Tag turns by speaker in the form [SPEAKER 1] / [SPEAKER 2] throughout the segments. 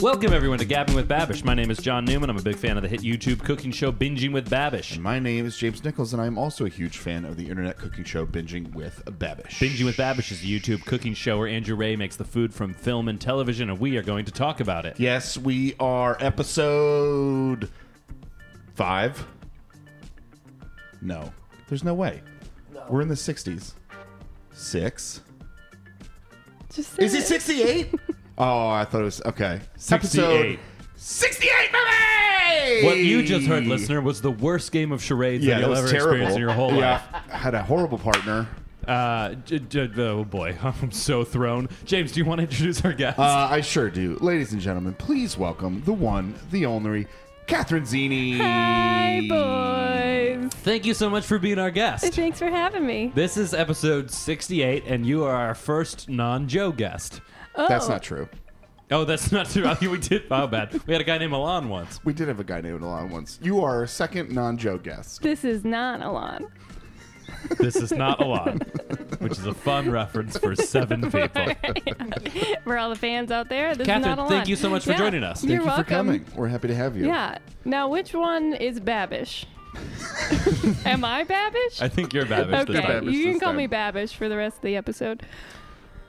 [SPEAKER 1] Welcome everyone to Gabbing with Babish. My name is John Newman. I'm a big fan of the hit YouTube cooking show Binging with Babish.
[SPEAKER 2] My name is James Nichols, and I'm also a huge fan of the internet cooking show Binging with Babish.
[SPEAKER 1] Binging with Babish is a YouTube cooking show where Andrew Ray makes the food from film and television, and we are going to talk about it.
[SPEAKER 2] Yes, we are episode five. No, there's no way. We're in the 60s. Six.
[SPEAKER 3] Just say
[SPEAKER 2] Is it 68? oh, I thought it was. Okay.
[SPEAKER 1] 68.
[SPEAKER 2] Episode 68, baby!
[SPEAKER 1] What you just heard, listener, was the worst game of charades that
[SPEAKER 2] Yeah, that
[SPEAKER 1] you'll ever
[SPEAKER 2] was terrible.
[SPEAKER 1] experience in your whole
[SPEAKER 2] yeah,
[SPEAKER 1] life.
[SPEAKER 2] had a horrible partner.
[SPEAKER 1] Uh, j- j- oh boy, I'm so thrown. James, do you want to introduce our guest?
[SPEAKER 2] Uh, I sure do. Ladies and gentlemen, please welcome the one, the only, Catherine Zini.
[SPEAKER 3] Hi, boys.
[SPEAKER 1] Thank you so much for being our guest.
[SPEAKER 3] Thanks for having me.
[SPEAKER 1] This is episode 68, and you are our first non-Joe guest.
[SPEAKER 2] That's
[SPEAKER 3] Oh.
[SPEAKER 2] not true.
[SPEAKER 1] Oh, that's not true. we did. Oh, bad. We had a guy named Milan once.
[SPEAKER 2] We did have a guy named Alon once. You are our second non-Joe guest.
[SPEAKER 3] This is not Alon.
[SPEAKER 1] This is not Milan, which is a fun reference for seven people.
[SPEAKER 3] For all the fans out there, this
[SPEAKER 1] Catherine,
[SPEAKER 3] is not Alon.
[SPEAKER 1] thank you so much for joining us.
[SPEAKER 3] You're
[SPEAKER 2] Thank you
[SPEAKER 3] welcome.
[SPEAKER 2] for coming. We're happy to have you.
[SPEAKER 3] Yeah. Now, which one is Babish? Am I Babish?
[SPEAKER 1] I think you're Babish
[SPEAKER 3] okay.
[SPEAKER 1] this time.
[SPEAKER 2] Babish
[SPEAKER 3] you can
[SPEAKER 2] this
[SPEAKER 3] call
[SPEAKER 2] time.
[SPEAKER 3] me Babish for the rest of the episode.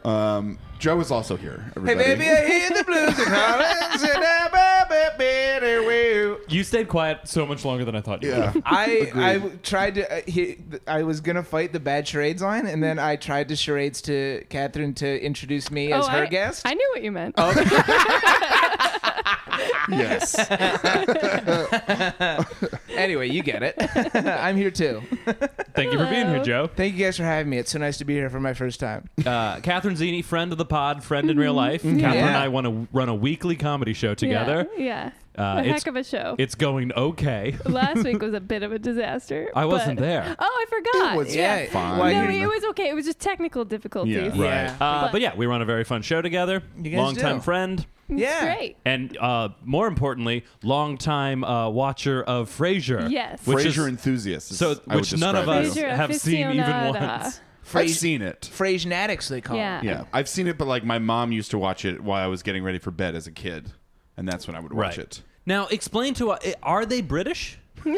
[SPEAKER 2] Um, Joe is also here. Everybody.
[SPEAKER 4] hear the blues and hollers and I better will.
[SPEAKER 1] You stayed quiet so much longer than I thought you
[SPEAKER 2] Yeah.
[SPEAKER 1] would.
[SPEAKER 4] I I w- tried to uh, he, th- I was gonna fight the bad charades line, and then I tried to charades to Catherine to introduce me as
[SPEAKER 3] oh,
[SPEAKER 4] her
[SPEAKER 3] I,
[SPEAKER 4] guest.
[SPEAKER 3] I knew what you meant.
[SPEAKER 2] Oh, yes.
[SPEAKER 4] anyway, you get it. I'm here too.
[SPEAKER 1] Thank you for being here, Joe.
[SPEAKER 4] Thank you guys for having me. It's so nice to be here for my first time.
[SPEAKER 1] Uh, Catherine Zini, friend of the pod, friend in
[SPEAKER 3] Mm-hmm.
[SPEAKER 1] real life. Catherine and
[SPEAKER 4] Yeah.
[SPEAKER 1] I want to run a weekly comedy show together.
[SPEAKER 3] Yeah.
[SPEAKER 1] Uh,
[SPEAKER 3] yeah. a
[SPEAKER 1] it's-
[SPEAKER 3] heck of a show.
[SPEAKER 1] It's going okay.
[SPEAKER 3] Last week was a bit of a disaster.
[SPEAKER 1] I wasn't
[SPEAKER 3] but-
[SPEAKER 1] there.
[SPEAKER 3] Oh, I forgot.
[SPEAKER 2] It was
[SPEAKER 4] Yeah.
[SPEAKER 2] fine.
[SPEAKER 4] Why
[SPEAKER 3] No,
[SPEAKER 4] you-
[SPEAKER 3] it was okay. It was just technical difficulties.
[SPEAKER 2] Yeah.
[SPEAKER 1] Right.
[SPEAKER 4] Yeah.
[SPEAKER 1] Uh, but yeah, we were on a very fun show together.
[SPEAKER 4] You guys
[SPEAKER 1] Longtime
[SPEAKER 4] do.
[SPEAKER 1] friend.
[SPEAKER 3] It's
[SPEAKER 4] yeah,
[SPEAKER 3] great.
[SPEAKER 1] And uh, more importantly, longtime uh, watcher of Frasier.
[SPEAKER 3] Yes.
[SPEAKER 1] Which is-
[SPEAKER 2] Frasier enthusiast. is-
[SPEAKER 1] So,
[SPEAKER 2] I would
[SPEAKER 1] which none
[SPEAKER 2] describe
[SPEAKER 1] of us-
[SPEAKER 2] you.
[SPEAKER 3] Frasier
[SPEAKER 1] have seen even
[SPEAKER 3] aficionada.
[SPEAKER 1] once.
[SPEAKER 2] I've seen it.
[SPEAKER 4] Frasianatics they call.
[SPEAKER 3] Yeah.
[SPEAKER 4] it.
[SPEAKER 2] Yeah, I've seen it, but like my mom used to watch it while I was getting ready for bed as a kid, and that's when I would
[SPEAKER 1] Right.
[SPEAKER 2] watch it.
[SPEAKER 1] Now, explain to us are they British?
[SPEAKER 3] No.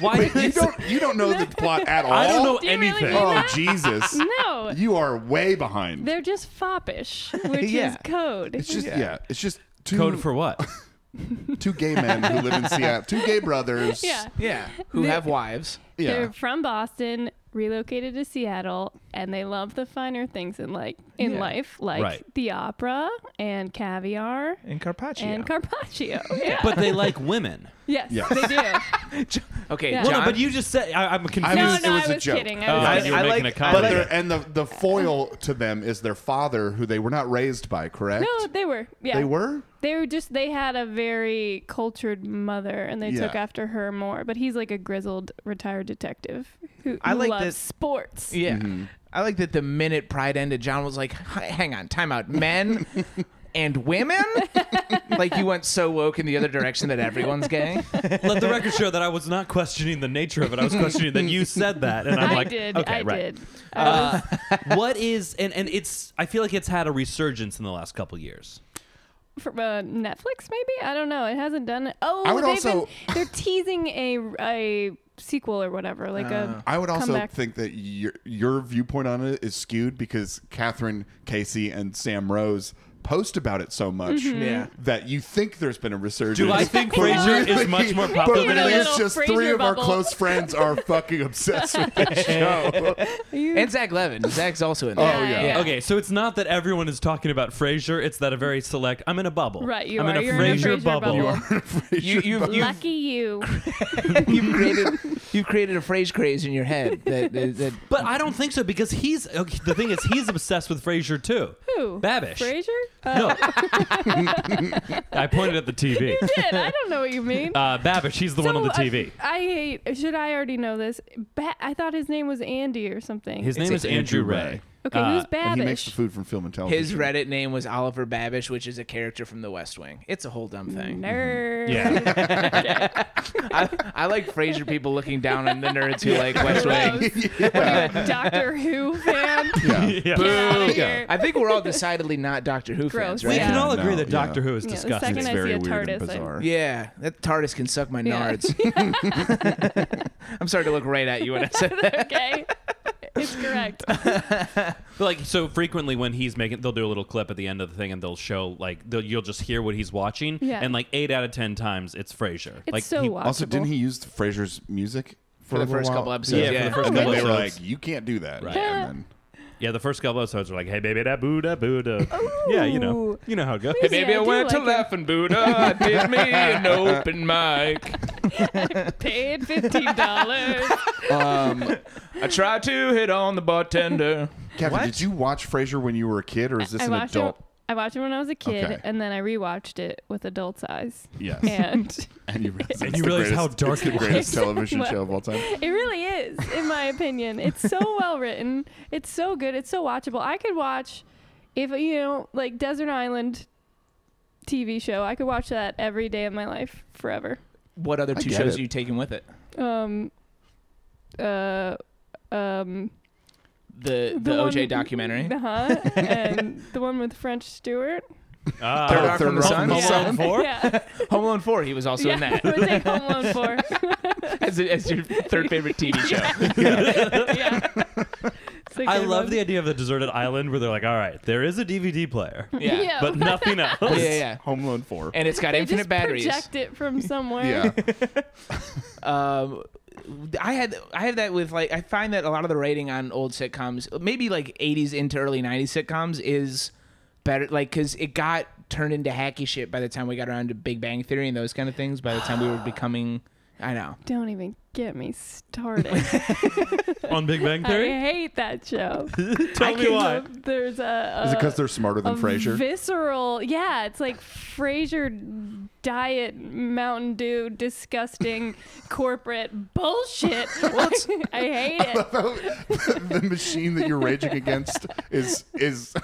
[SPEAKER 1] Why did they
[SPEAKER 2] You
[SPEAKER 1] say-
[SPEAKER 2] don't. You don't know the plot at all.
[SPEAKER 1] I don't know
[SPEAKER 3] Do you really
[SPEAKER 1] anything.
[SPEAKER 3] mean
[SPEAKER 2] Oh
[SPEAKER 3] that?
[SPEAKER 2] Jesus!
[SPEAKER 3] No.
[SPEAKER 2] You are way behind.
[SPEAKER 3] They're just foppish, which
[SPEAKER 4] Yeah.
[SPEAKER 3] is code.
[SPEAKER 2] It's just yeah.
[SPEAKER 4] Yeah.
[SPEAKER 2] it's just two
[SPEAKER 1] Code for what?
[SPEAKER 2] two gay men who live in Seattle. Two gay brothers.
[SPEAKER 3] yeah.
[SPEAKER 4] yeah. Who have wives?
[SPEAKER 2] Yeah.
[SPEAKER 3] They're from Boston, relocated to Seattle, and they love the finer things in like in
[SPEAKER 4] Yeah.
[SPEAKER 3] life, like
[SPEAKER 1] Right.
[SPEAKER 3] the opera and caviar
[SPEAKER 4] In Carpaccio.
[SPEAKER 3] and carpaccio. Yeah.
[SPEAKER 1] but they like women.
[SPEAKER 3] yes,
[SPEAKER 2] Yeah.
[SPEAKER 3] they do.
[SPEAKER 4] okay,
[SPEAKER 3] Yeah.
[SPEAKER 4] John.
[SPEAKER 1] Well, no, but you just said I, I'm confused. Oh,
[SPEAKER 3] no,
[SPEAKER 2] was-
[SPEAKER 3] no,
[SPEAKER 2] it was
[SPEAKER 3] I
[SPEAKER 2] a
[SPEAKER 3] was
[SPEAKER 2] joke.
[SPEAKER 3] kidding. I was
[SPEAKER 1] Uh, I
[SPEAKER 3] kidding.
[SPEAKER 1] see. making a comedy.
[SPEAKER 2] But they're, and the the foil to them is their father, who they were not raised by, correct?
[SPEAKER 3] no, they were. Yeah.
[SPEAKER 2] they were.
[SPEAKER 3] They were just they had a very cultured mother and they took
[SPEAKER 2] Yeah.
[SPEAKER 3] after her more. But he's like a grizzled retired detective who,
[SPEAKER 4] I
[SPEAKER 3] who
[SPEAKER 4] like
[SPEAKER 3] loves
[SPEAKER 4] that-
[SPEAKER 3] sports.
[SPEAKER 4] Yeah. I like that the minute Pride ended, John was like, "H- hang on, time out. Men and women? like you went so woke in the other direction that everyone's gay.
[SPEAKER 1] Let the record show that I was not questioning the nature of it. I was questioning that you said that, and I'm
[SPEAKER 3] I
[SPEAKER 1] like,
[SPEAKER 3] did.
[SPEAKER 1] okay,
[SPEAKER 3] I
[SPEAKER 1] right.
[SPEAKER 3] did.
[SPEAKER 4] Uh,
[SPEAKER 3] Uh,
[SPEAKER 1] What is and and it's? I feel like it's had a resurgence in the last couple years.
[SPEAKER 3] From uh, Netflix, maybe I don't know. It hasn't done it. Oh,
[SPEAKER 2] I would
[SPEAKER 3] they've
[SPEAKER 2] also-
[SPEAKER 3] been, they're teasing a a sequel or whatever. Like a
[SPEAKER 4] Uh,
[SPEAKER 2] I would also
[SPEAKER 3] comeback.
[SPEAKER 2] think that your your viewpoint on it is skewed because Catherine Casey and Sam Rose post about it so much
[SPEAKER 3] Mm-hmm.
[SPEAKER 4] Yeah.
[SPEAKER 2] that you think there's been a resurgence.
[SPEAKER 1] Do I think
[SPEAKER 2] But
[SPEAKER 1] Frasier is
[SPEAKER 2] really-
[SPEAKER 1] much more
[SPEAKER 2] but
[SPEAKER 1] popular
[SPEAKER 3] than it
[SPEAKER 2] really
[SPEAKER 3] is?
[SPEAKER 2] it's just
[SPEAKER 3] Frasier
[SPEAKER 2] three of our
[SPEAKER 3] bubble.
[SPEAKER 2] close friends are fucking obsessed with this show.
[SPEAKER 4] And Zach Levin. Zach's also in there.
[SPEAKER 2] Oh, yeah.
[SPEAKER 4] Yeah.
[SPEAKER 1] Okay, so it's not that everyone is talking about Frasier. It's that a very select. I'm in a bubble.
[SPEAKER 3] Right, you
[SPEAKER 1] I'm in
[SPEAKER 3] are.
[SPEAKER 1] a
[SPEAKER 3] You're in a
[SPEAKER 1] Frasier
[SPEAKER 3] Frasier
[SPEAKER 1] bubble.
[SPEAKER 3] bubble.
[SPEAKER 4] You, you've, you've,
[SPEAKER 3] Lucky you.
[SPEAKER 4] you've created you've created a phrase craze in your head that, that, that
[SPEAKER 1] But I don't think so because he's okay, the thing is he's obsessed with Frasier too.
[SPEAKER 3] Who?
[SPEAKER 1] Babish.
[SPEAKER 3] Frasier? Uh,
[SPEAKER 1] No. I pointed at the TV.
[SPEAKER 3] shit, I don't know what you mean.
[SPEAKER 1] Uh, Babish, he's the one on the
[SPEAKER 3] So, uh,
[SPEAKER 1] TV.
[SPEAKER 3] I, hate. Should I already know this? Ba- I thought his name was Andy or something.
[SPEAKER 1] His name is Andrew Ray.
[SPEAKER 3] Okay, who's
[SPEAKER 2] And uh, he makes
[SPEAKER 3] Babish?
[SPEAKER 2] the food from film and television.
[SPEAKER 4] His Reddit name was Oliver Babish, which is a character from The West Wing. It's a whole dumb thing.
[SPEAKER 3] Nerd.
[SPEAKER 2] Mm-hmm.
[SPEAKER 1] Yeah.
[SPEAKER 4] I, I like Frasier people looking down on the nerds who like West Wing.
[SPEAKER 3] Doctor Who fan.
[SPEAKER 2] Yeah.
[SPEAKER 1] Yeah.
[SPEAKER 3] Get out of
[SPEAKER 2] Yeah.
[SPEAKER 3] here.
[SPEAKER 4] I think we're all decidedly not Doctor Who
[SPEAKER 3] Gross.
[SPEAKER 4] fans,
[SPEAKER 1] We
[SPEAKER 4] right?
[SPEAKER 1] can
[SPEAKER 3] Yeah.
[SPEAKER 1] all agree
[SPEAKER 2] No,
[SPEAKER 1] that
[SPEAKER 2] yeah.
[SPEAKER 1] Doctor Who is
[SPEAKER 3] Yeah, the
[SPEAKER 1] disgusting.
[SPEAKER 3] second I
[SPEAKER 2] It's
[SPEAKER 3] see
[SPEAKER 2] very
[SPEAKER 3] a
[SPEAKER 2] weird and
[SPEAKER 3] TARDIS, I-
[SPEAKER 2] bizarre.
[SPEAKER 4] Yeah, that TARDIS can suck my
[SPEAKER 3] Yeah.
[SPEAKER 4] nards. I'm sorry to look right at you when I said that.
[SPEAKER 3] okay. It's correct.
[SPEAKER 1] But, like so frequently when he's making they'll do a little clip at the end of the thing and they'll show like they'll, you'll just hear what he's watching
[SPEAKER 3] Yeah.
[SPEAKER 1] and like 8 out of 10 times it's Frasier.
[SPEAKER 3] It's
[SPEAKER 1] like
[SPEAKER 3] so
[SPEAKER 1] he,
[SPEAKER 3] watchable.
[SPEAKER 2] Also, didn't he use Fraser's music for,
[SPEAKER 4] the
[SPEAKER 2] a little
[SPEAKER 4] first
[SPEAKER 2] while?
[SPEAKER 4] couple episodes,
[SPEAKER 1] Yeah, for yeah. the first
[SPEAKER 2] and then
[SPEAKER 1] couple
[SPEAKER 2] they were
[SPEAKER 1] episodes.
[SPEAKER 2] like, "You can't do that."
[SPEAKER 1] Right.
[SPEAKER 2] And
[SPEAKER 1] Yeah, the first couple episodes were like, "Hey baby, da boo da boo da." Yeah, you know.
[SPEAKER 3] Ooh.
[SPEAKER 1] You know how it goes.
[SPEAKER 3] Please.
[SPEAKER 4] Maybe
[SPEAKER 3] Yeah,
[SPEAKER 4] I,
[SPEAKER 3] I do
[SPEAKER 4] went to
[SPEAKER 3] like it.
[SPEAKER 4] Laughing Buddha. I did me an open mic.
[SPEAKER 3] Paid fifteen dollars.
[SPEAKER 2] then, um,
[SPEAKER 4] I tried to hit on the bartender.
[SPEAKER 2] Kevin,
[SPEAKER 4] What?
[SPEAKER 2] did you watch Frasier when you were a kid, or is this
[SPEAKER 3] I
[SPEAKER 2] an
[SPEAKER 3] watched
[SPEAKER 2] adult?
[SPEAKER 3] it. I watched it when I was a kid,
[SPEAKER 2] Okay.
[SPEAKER 3] and then I rewatched it with adults' eyes,
[SPEAKER 2] Yes.
[SPEAKER 3] and
[SPEAKER 2] and you realize,
[SPEAKER 1] And
[SPEAKER 2] it's
[SPEAKER 1] you
[SPEAKER 2] the
[SPEAKER 1] realize how
[SPEAKER 2] greatest-
[SPEAKER 1] dark
[SPEAKER 2] it's the
[SPEAKER 1] it was.
[SPEAKER 2] greatest television
[SPEAKER 3] Well-
[SPEAKER 2] show of all time.
[SPEAKER 3] it really is, in my opinion. It's so well written. It's so good. It's so watchable. I could watch, if you know, like Desert Island TV show. I could watch that every day of my life forever.
[SPEAKER 4] What other
[SPEAKER 2] I
[SPEAKER 4] two
[SPEAKER 2] get
[SPEAKER 4] shows
[SPEAKER 2] it.
[SPEAKER 4] are you taking with it?
[SPEAKER 3] Um, uh, um,
[SPEAKER 4] The the,
[SPEAKER 3] one-
[SPEAKER 4] OJ documentary.
[SPEAKER 3] uh-huh, and the one with French Stewart.
[SPEAKER 1] Ah.
[SPEAKER 4] Third Rock
[SPEAKER 2] Third
[SPEAKER 4] from the
[SPEAKER 2] Rock
[SPEAKER 4] Sun.
[SPEAKER 2] from the
[SPEAKER 4] Yeah.
[SPEAKER 1] Sun. Home Four?
[SPEAKER 3] Yeah.
[SPEAKER 4] Home Alone Four. He was also in
[SPEAKER 3] yeah.
[SPEAKER 4] that
[SPEAKER 3] We'll take Home Alone four.
[SPEAKER 4] as, a, as your third favorite TV show.
[SPEAKER 3] yeah. It's a
[SPEAKER 1] I
[SPEAKER 3] good
[SPEAKER 1] love
[SPEAKER 3] one.
[SPEAKER 1] the idea of the deserted island where they're like, "All right, there is a DVD player,
[SPEAKER 4] Yeah.
[SPEAKER 3] Yeah.
[SPEAKER 1] but nothing else."
[SPEAKER 4] yeah, yeah, yeah.
[SPEAKER 2] Home Alone Four.
[SPEAKER 4] And it's got
[SPEAKER 3] They
[SPEAKER 4] infinite
[SPEAKER 3] just
[SPEAKER 4] batteries.
[SPEAKER 3] project it from somewhere.
[SPEAKER 2] yeah.
[SPEAKER 4] um, I had I had that with like I find that a lot of the rating on old sitcoms, maybe like '80s into early '90s sitcoms, is better. Like because it got turned into hacky shit by the time we got around to Big Bang Theory and those kind of things. By the time we were becoming, I know.
[SPEAKER 3] Don't even get me started.
[SPEAKER 1] On Big Bang
[SPEAKER 3] I
[SPEAKER 1] Theory,
[SPEAKER 3] hate that show.
[SPEAKER 1] tell me why.
[SPEAKER 3] There's a, a
[SPEAKER 2] Is it because they're smarter than
[SPEAKER 3] a
[SPEAKER 2] Frasier?
[SPEAKER 3] visceral. Yeah, it's like Frasier diet Mountain Dew disgusting corporate bullshit. I hate it.
[SPEAKER 2] the machine that you're raging against is is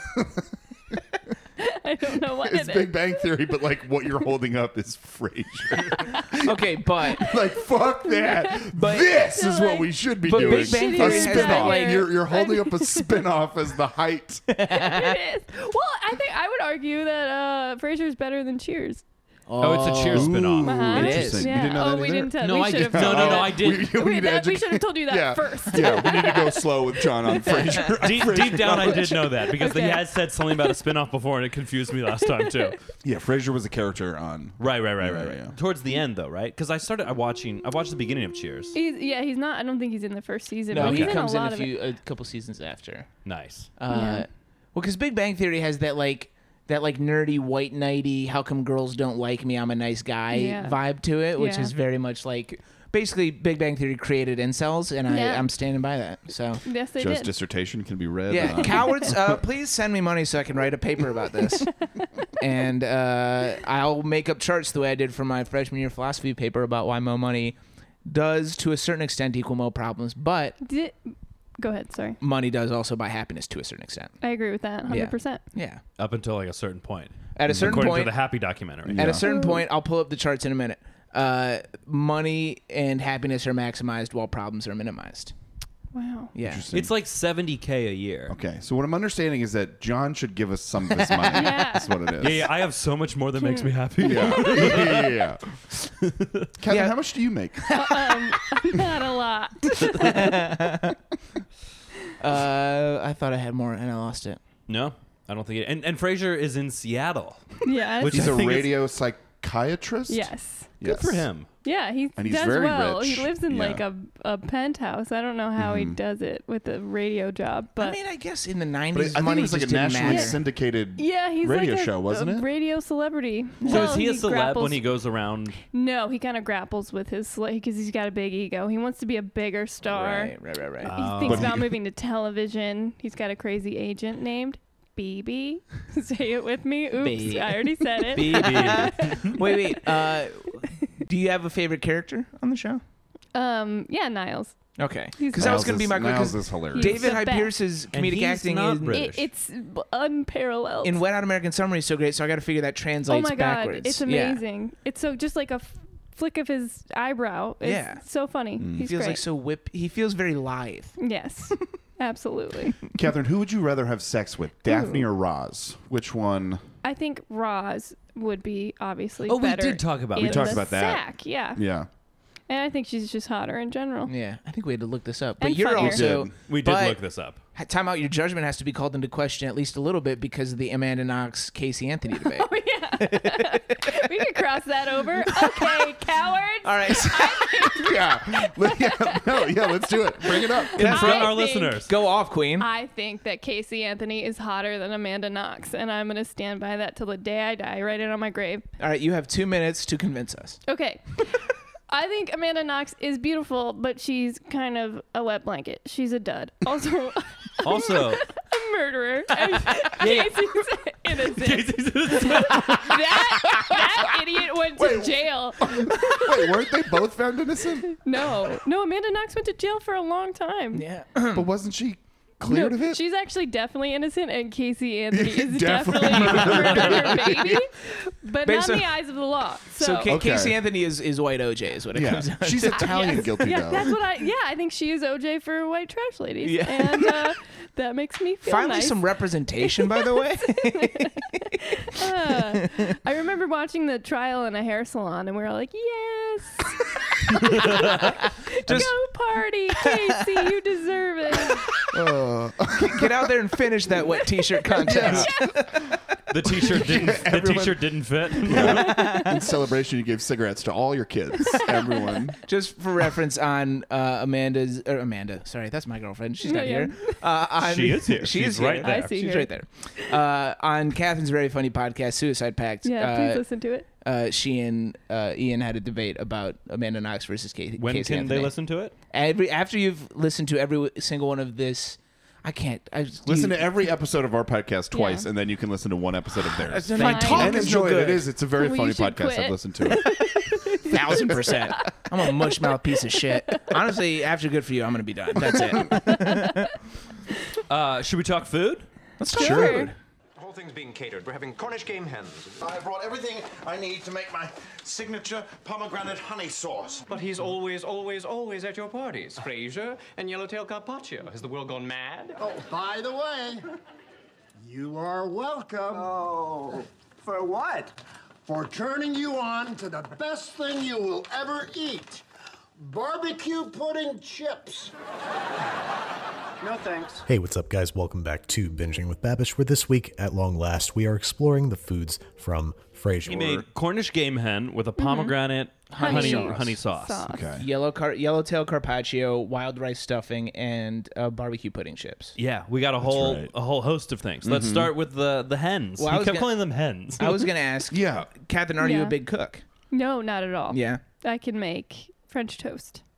[SPEAKER 3] I don't know what
[SPEAKER 2] is
[SPEAKER 3] it
[SPEAKER 2] Big
[SPEAKER 3] is.
[SPEAKER 2] Bang Theory, but like what you're holding up is Frasier.
[SPEAKER 4] Okay, but
[SPEAKER 2] like fuck that.
[SPEAKER 4] But-
[SPEAKER 2] this is what
[SPEAKER 3] Like-
[SPEAKER 2] we should be
[SPEAKER 4] But
[SPEAKER 2] doing.
[SPEAKER 4] Big Bang
[SPEAKER 2] a
[SPEAKER 4] Theory has
[SPEAKER 2] spinoff.
[SPEAKER 4] that, like-
[SPEAKER 2] you're you're holding up a spinoff as the height.
[SPEAKER 3] It is. Well, I think I would argue that uh, Frasier's better than Cheers.
[SPEAKER 1] Oh, it's a Cheers spinoff.
[SPEAKER 3] Uh-huh.
[SPEAKER 4] It is.
[SPEAKER 2] Interesting.
[SPEAKER 3] Yeah.
[SPEAKER 2] You didn't know
[SPEAKER 3] oh,
[SPEAKER 2] that
[SPEAKER 3] we
[SPEAKER 2] either?
[SPEAKER 3] didn't tell.
[SPEAKER 1] No,
[SPEAKER 3] we
[SPEAKER 1] I
[SPEAKER 3] should have
[SPEAKER 1] didn't. No, no,
[SPEAKER 3] told
[SPEAKER 1] no,
[SPEAKER 3] you
[SPEAKER 1] I
[SPEAKER 3] that.
[SPEAKER 1] didn't.
[SPEAKER 2] We, we
[SPEAKER 3] We-
[SPEAKER 2] need
[SPEAKER 3] that-
[SPEAKER 2] to
[SPEAKER 3] we
[SPEAKER 2] educate-
[SPEAKER 3] should have told you that
[SPEAKER 2] yeah.
[SPEAKER 3] first.
[SPEAKER 2] Yeah, we need to go slow with John on Frasier.
[SPEAKER 1] deep, deep down, I did know that because he
[SPEAKER 3] Okay.
[SPEAKER 1] had said something about a spinoff before, and it confused me last time too.
[SPEAKER 2] yeah, Frasier was a character on.
[SPEAKER 1] Right, right, right,
[SPEAKER 2] Yeah,
[SPEAKER 1] right.
[SPEAKER 2] yeah,
[SPEAKER 1] right.
[SPEAKER 2] yeah.
[SPEAKER 1] Towards the end, though, right? Because I started I watching. I watched the beginning of Cheers.
[SPEAKER 3] He's, yeah, he's not. I don't think he's in the first season.
[SPEAKER 4] no,
[SPEAKER 3] but
[SPEAKER 4] he
[SPEAKER 3] he's
[SPEAKER 4] comes
[SPEAKER 3] in
[SPEAKER 4] in
[SPEAKER 3] a lot
[SPEAKER 4] a
[SPEAKER 3] of it.
[SPEAKER 4] few a couple seasons after.
[SPEAKER 1] Nice.
[SPEAKER 4] Uh, Well, because Big Bang Theory has that like that like nerdy white knighty how come girls don't like me I'm a nice guy
[SPEAKER 3] Yeah.
[SPEAKER 4] vibe to it, which
[SPEAKER 3] Yeah.
[SPEAKER 4] is very much like basically Big Bang Theory created incels, and I,
[SPEAKER 3] Yeah.
[SPEAKER 4] I'm standing by that. So.
[SPEAKER 3] Yes, they
[SPEAKER 2] Joe's
[SPEAKER 3] did.
[SPEAKER 2] dissertation can be read.
[SPEAKER 4] Yeah,
[SPEAKER 2] on-
[SPEAKER 4] cowards! Uh, please send me money so I can write a paper about this, and uh, I'll make up charts the way I did for my freshman year philosophy paper about why mo money does, to a certain extent, equal mo problems, but
[SPEAKER 3] Did- Go ahead. Sorry,
[SPEAKER 4] money does also buy happiness to a certain extent.
[SPEAKER 3] I agree with that. Hundred
[SPEAKER 4] Yeah.
[SPEAKER 3] percent.
[SPEAKER 4] Yeah,
[SPEAKER 1] Up until like a certain point.
[SPEAKER 4] at a
[SPEAKER 1] Mm,
[SPEAKER 4] certain
[SPEAKER 1] According
[SPEAKER 4] point,
[SPEAKER 1] to the Happy documentary.
[SPEAKER 4] At
[SPEAKER 2] Yeah.
[SPEAKER 4] a certain point, I'll pull up the charts in a minute. Uh, money and happiness are maximized while problems are minimized.
[SPEAKER 3] Wow.
[SPEAKER 4] Yeah.
[SPEAKER 2] Interesting.
[SPEAKER 1] It's like 70k a year.
[SPEAKER 2] okay, so what I'm understanding is that John should give us some of his money.
[SPEAKER 3] Yeah.
[SPEAKER 2] That's what it is.
[SPEAKER 1] Yeah, yeah, I have so much more that makes me happy.
[SPEAKER 2] yeah, yeah, yeah, yeah. Kevin,
[SPEAKER 4] Yeah.
[SPEAKER 2] how much do you make?
[SPEAKER 3] um, not a lot.
[SPEAKER 4] Uh, I thought I had more and I lost it.
[SPEAKER 1] No, I don't think it. And and Frasier is in Seattle.
[SPEAKER 3] Yes.
[SPEAKER 1] Which
[SPEAKER 2] He's a
[SPEAKER 1] I think it's-
[SPEAKER 2] radio psychiatrist.
[SPEAKER 3] yes.
[SPEAKER 1] Good for him.
[SPEAKER 3] Yeah, he
[SPEAKER 2] And he's
[SPEAKER 3] does
[SPEAKER 2] very
[SPEAKER 3] well.
[SPEAKER 2] rich.
[SPEAKER 3] He lives in
[SPEAKER 2] Yeah. Mm-hmm.
[SPEAKER 3] like a, a penthouse. I don't know how he does it with a radio job, but
[SPEAKER 4] I mean, I guess in the
[SPEAKER 2] But
[SPEAKER 4] '90s,
[SPEAKER 2] I think
[SPEAKER 4] money
[SPEAKER 2] it was like a
[SPEAKER 4] just didn't
[SPEAKER 2] nationally
[SPEAKER 4] matter.
[SPEAKER 2] syndicated.
[SPEAKER 3] yeah, he's
[SPEAKER 2] radio
[SPEAKER 3] like a,
[SPEAKER 2] show, wasn't
[SPEAKER 3] a
[SPEAKER 2] it?
[SPEAKER 3] radio celebrity.
[SPEAKER 1] So
[SPEAKER 3] Well,
[SPEAKER 1] is he a celeb
[SPEAKER 3] grapples-
[SPEAKER 1] when he goes around?
[SPEAKER 3] No, he kind of grapples with his because he's got a big ego. He wants to be a bigger star.
[SPEAKER 4] Right, right, right, right.
[SPEAKER 3] He thinks
[SPEAKER 2] But he-
[SPEAKER 3] about moving to television. He's got a crazy agent named BB. Say it with me. Oops,
[SPEAKER 4] Baby.
[SPEAKER 3] I already said it.
[SPEAKER 2] Uh-huh.
[SPEAKER 4] wait, wait. Uh, do you have a favorite character on the show?
[SPEAKER 3] um, yeah, Niles.
[SPEAKER 4] Okay,
[SPEAKER 3] He's
[SPEAKER 4] because that was
[SPEAKER 2] Now's
[SPEAKER 4] going to be
[SPEAKER 2] this-
[SPEAKER 4] my
[SPEAKER 2] now's
[SPEAKER 4] because
[SPEAKER 2] this hilarious.
[SPEAKER 3] He's
[SPEAKER 4] David
[SPEAKER 3] the
[SPEAKER 4] Hyde
[SPEAKER 3] best.
[SPEAKER 4] Pierce's
[SPEAKER 1] And
[SPEAKER 4] comedic
[SPEAKER 1] he's
[SPEAKER 4] acting
[SPEAKER 1] not
[SPEAKER 4] in,
[SPEAKER 1] British.
[SPEAKER 3] It, it's b- unparalleled.
[SPEAKER 4] in Wet Hot American Summer is so great, so I got to figure that
[SPEAKER 3] oh
[SPEAKER 4] translates
[SPEAKER 3] my god,
[SPEAKER 4] backwards.
[SPEAKER 3] it's
[SPEAKER 4] Yeah.
[SPEAKER 3] amazing. It's so just like a f- flick of his eyebrow. It's
[SPEAKER 4] Yeah.
[SPEAKER 3] so funny.
[SPEAKER 4] He
[SPEAKER 3] He's
[SPEAKER 4] feels
[SPEAKER 3] great.
[SPEAKER 4] like so whip. He feels very lithe.
[SPEAKER 3] Yes, absolutely.
[SPEAKER 2] Catherine, who would you rather have sex with, Daphne or Roz? Which one?
[SPEAKER 3] I think Roz would be obviously.
[SPEAKER 1] Oh, we
[SPEAKER 3] better
[SPEAKER 1] did talk about
[SPEAKER 3] in
[SPEAKER 1] that.
[SPEAKER 2] We talked
[SPEAKER 3] the
[SPEAKER 2] about that.
[SPEAKER 3] Sack, yeah.
[SPEAKER 2] Yeah.
[SPEAKER 3] and I think she's just hotter in general.
[SPEAKER 4] Yeah, I think we had to look this up. But
[SPEAKER 3] And
[SPEAKER 4] you're
[SPEAKER 3] funnier. We
[SPEAKER 4] also
[SPEAKER 2] did.
[SPEAKER 1] We did
[SPEAKER 4] but
[SPEAKER 1] look this up.
[SPEAKER 4] ha- Time out. Your judgment has to be called into question at least a little bit because of the Amanda Knox Casey Anthony debate.
[SPEAKER 3] Oh yeah, we could cross that over. Okay, cowards.
[SPEAKER 4] All right, so
[SPEAKER 2] Yeah. Let- yeah. No, yeah, let's do it. Bring it up.
[SPEAKER 1] Confront
[SPEAKER 3] I
[SPEAKER 1] our
[SPEAKER 3] think-
[SPEAKER 1] listeners.
[SPEAKER 4] go off, Queen.
[SPEAKER 3] I think that Casey Anthony is hotter than Amanda Knox, and I'm gonna stand by that till the day I die. Write it on my grave.
[SPEAKER 4] All right, you have two minutes to convince us.
[SPEAKER 3] Okay. I think Amanda Knox is beautiful, but she's kind of a wet blanket. She's a dud. Also,
[SPEAKER 1] Also,
[SPEAKER 3] a murderer. And Casey's innocent. That, that idiot went to
[SPEAKER 2] Wait.
[SPEAKER 3] jail.
[SPEAKER 2] Wait, weren't they both found innocent?
[SPEAKER 3] No, no, Amanda Knox went to jail for a long time.
[SPEAKER 4] Yeah.
[SPEAKER 2] But wasn't she cleared
[SPEAKER 3] No,
[SPEAKER 2] of it?
[SPEAKER 3] She's actually definitely innocent, and Casey Anthony is
[SPEAKER 2] Definitely
[SPEAKER 3] definitely murdered her baby, but
[SPEAKER 4] Babe,
[SPEAKER 3] not
[SPEAKER 4] so-
[SPEAKER 3] in the eyes of the law. So,
[SPEAKER 4] So Ca-
[SPEAKER 2] Okay.
[SPEAKER 4] Casey Anthony is, is white OJ is what it
[SPEAKER 2] yeah.
[SPEAKER 4] comes down.
[SPEAKER 2] She's
[SPEAKER 4] to.
[SPEAKER 2] Italian
[SPEAKER 3] Yes.
[SPEAKER 2] guilty
[SPEAKER 3] yeah,
[SPEAKER 2] though.
[SPEAKER 3] that's what I. Yeah, I think she is OJ for white trash ladies,
[SPEAKER 4] Yeah.
[SPEAKER 3] and uh, that makes me feel
[SPEAKER 4] finally
[SPEAKER 3] nice.
[SPEAKER 4] some representation, by the way.
[SPEAKER 3] Uh, I remember watching the trial in a hair salon, and we were all like, "Yes,
[SPEAKER 4] Just
[SPEAKER 3] go party, Casey, you deserve it."
[SPEAKER 2] Uh,
[SPEAKER 4] get out there and finish that wet T-shirt contest.
[SPEAKER 1] the t-shirt didn't. the
[SPEAKER 2] everyone-
[SPEAKER 1] t-shirt didn't fit.
[SPEAKER 2] In celebration, you gave cigarettes to all your kids. Everyone.
[SPEAKER 4] Just for reference, on uh, Amanda's or Amanda, sorry, that's my girlfriend. She's not
[SPEAKER 3] Yeah,
[SPEAKER 4] here.
[SPEAKER 3] yeah.
[SPEAKER 4] Uh, on-
[SPEAKER 1] She is here.
[SPEAKER 4] She
[SPEAKER 1] She's
[SPEAKER 4] is here.
[SPEAKER 1] right
[SPEAKER 3] I there. see
[SPEAKER 4] She's
[SPEAKER 3] her.
[SPEAKER 4] right there. Uh, on Catherine's very funny podcast, Suicide Pact.
[SPEAKER 3] Yeah,
[SPEAKER 4] uh,
[SPEAKER 3] please listen to it.
[SPEAKER 4] uh, she and uh, Ian had a debate about Amanda Knox versus Casey.
[SPEAKER 1] When
[SPEAKER 4] Casey
[SPEAKER 1] can they
[SPEAKER 4] Anthony.
[SPEAKER 1] listen to it?
[SPEAKER 4] Every after you've listened to every w- single one of this, I can't. I just,
[SPEAKER 2] Listen
[SPEAKER 4] you-
[SPEAKER 2] to every episode of our podcast twice,
[SPEAKER 3] Yeah.
[SPEAKER 2] and then you can listen to one episode of theirs.
[SPEAKER 4] That's
[SPEAKER 3] Fine.
[SPEAKER 4] my
[SPEAKER 2] And
[SPEAKER 4] talk is no
[SPEAKER 2] enjoy it.
[SPEAKER 4] good.
[SPEAKER 2] It is. It's a very
[SPEAKER 3] Well,
[SPEAKER 2] funny
[SPEAKER 3] you should
[SPEAKER 2] podcast. I've
[SPEAKER 3] quit.
[SPEAKER 2] listened to it.
[SPEAKER 4] thousand percent. I'm a mushmouth piece of shit. Honestly, after good for you, I'm gonna be done. That's it.
[SPEAKER 1] Uh, should we talk food?
[SPEAKER 4] Let's
[SPEAKER 3] go. Sure.
[SPEAKER 5] The whole thing's being catered. We're having Cornish game hens.
[SPEAKER 6] I brought everything I need to make my signature pomegranate honey sauce.
[SPEAKER 5] But he's always, always, always at your parties. Frasier and Yellowtail Carpaccio. Has the world gone mad?
[SPEAKER 7] Oh, by the way, you are welcome
[SPEAKER 6] Oh, for what?
[SPEAKER 7] for turning you on to the best thing you will ever eat barbecue pudding chips.
[SPEAKER 6] No thanks.
[SPEAKER 8] Hey, what's up, guys? Welcome back to Binging with Babish, where this week, at long last, we are exploring the foods from Frasier.
[SPEAKER 1] He made Cornish game hen with a
[SPEAKER 4] Mm-hmm.
[SPEAKER 1] pomegranate honey honey, sauce.
[SPEAKER 2] Okay.
[SPEAKER 4] Yellow car- yellowtail carpaccio, wild rice stuffing, and uh, barbecue pudding chips.
[SPEAKER 1] Yeah, we got a whole
[SPEAKER 2] right.
[SPEAKER 1] a whole host of things. Let's start with the the hens.
[SPEAKER 4] Well, I
[SPEAKER 1] he
[SPEAKER 4] was
[SPEAKER 1] kept
[SPEAKER 4] gonna-
[SPEAKER 1] calling them hens.
[SPEAKER 4] I was gonna ask.
[SPEAKER 2] Yeah.
[SPEAKER 4] Catherine, are you a
[SPEAKER 3] Yeah.
[SPEAKER 4] big cook?
[SPEAKER 3] No, not at all.
[SPEAKER 4] Yeah.
[SPEAKER 3] I can make French toast.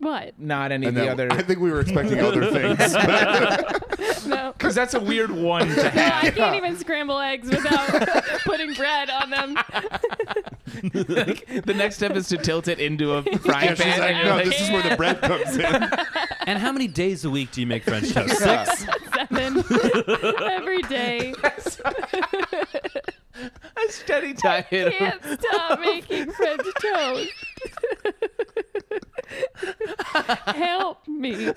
[SPEAKER 3] What?
[SPEAKER 4] Not any
[SPEAKER 2] And
[SPEAKER 4] of the
[SPEAKER 2] that-
[SPEAKER 4] other.
[SPEAKER 2] I think we were expecting other things.
[SPEAKER 3] No.
[SPEAKER 4] Because that's a weird one to
[SPEAKER 3] No, I can't even scramble eggs without putting bread on them.
[SPEAKER 4] have. the next step is to tilt it into a frying
[SPEAKER 2] Yeah, she's
[SPEAKER 4] pan.
[SPEAKER 2] like,
[SPEAKER 4] and you're
[SPEAKER 2] no,
[SPEAKER 4] like,
[SPEAKER 2] this is where the bread comes in.
[SPEAKER 1] and how many days a week do you make French toast?
[SPEAKER 2] Six.
[SPEAKER 3] Seven every day.
[SPEAKER 4] a steady diet.
[SPEAKER 3] Can't stop making French toast. Help me.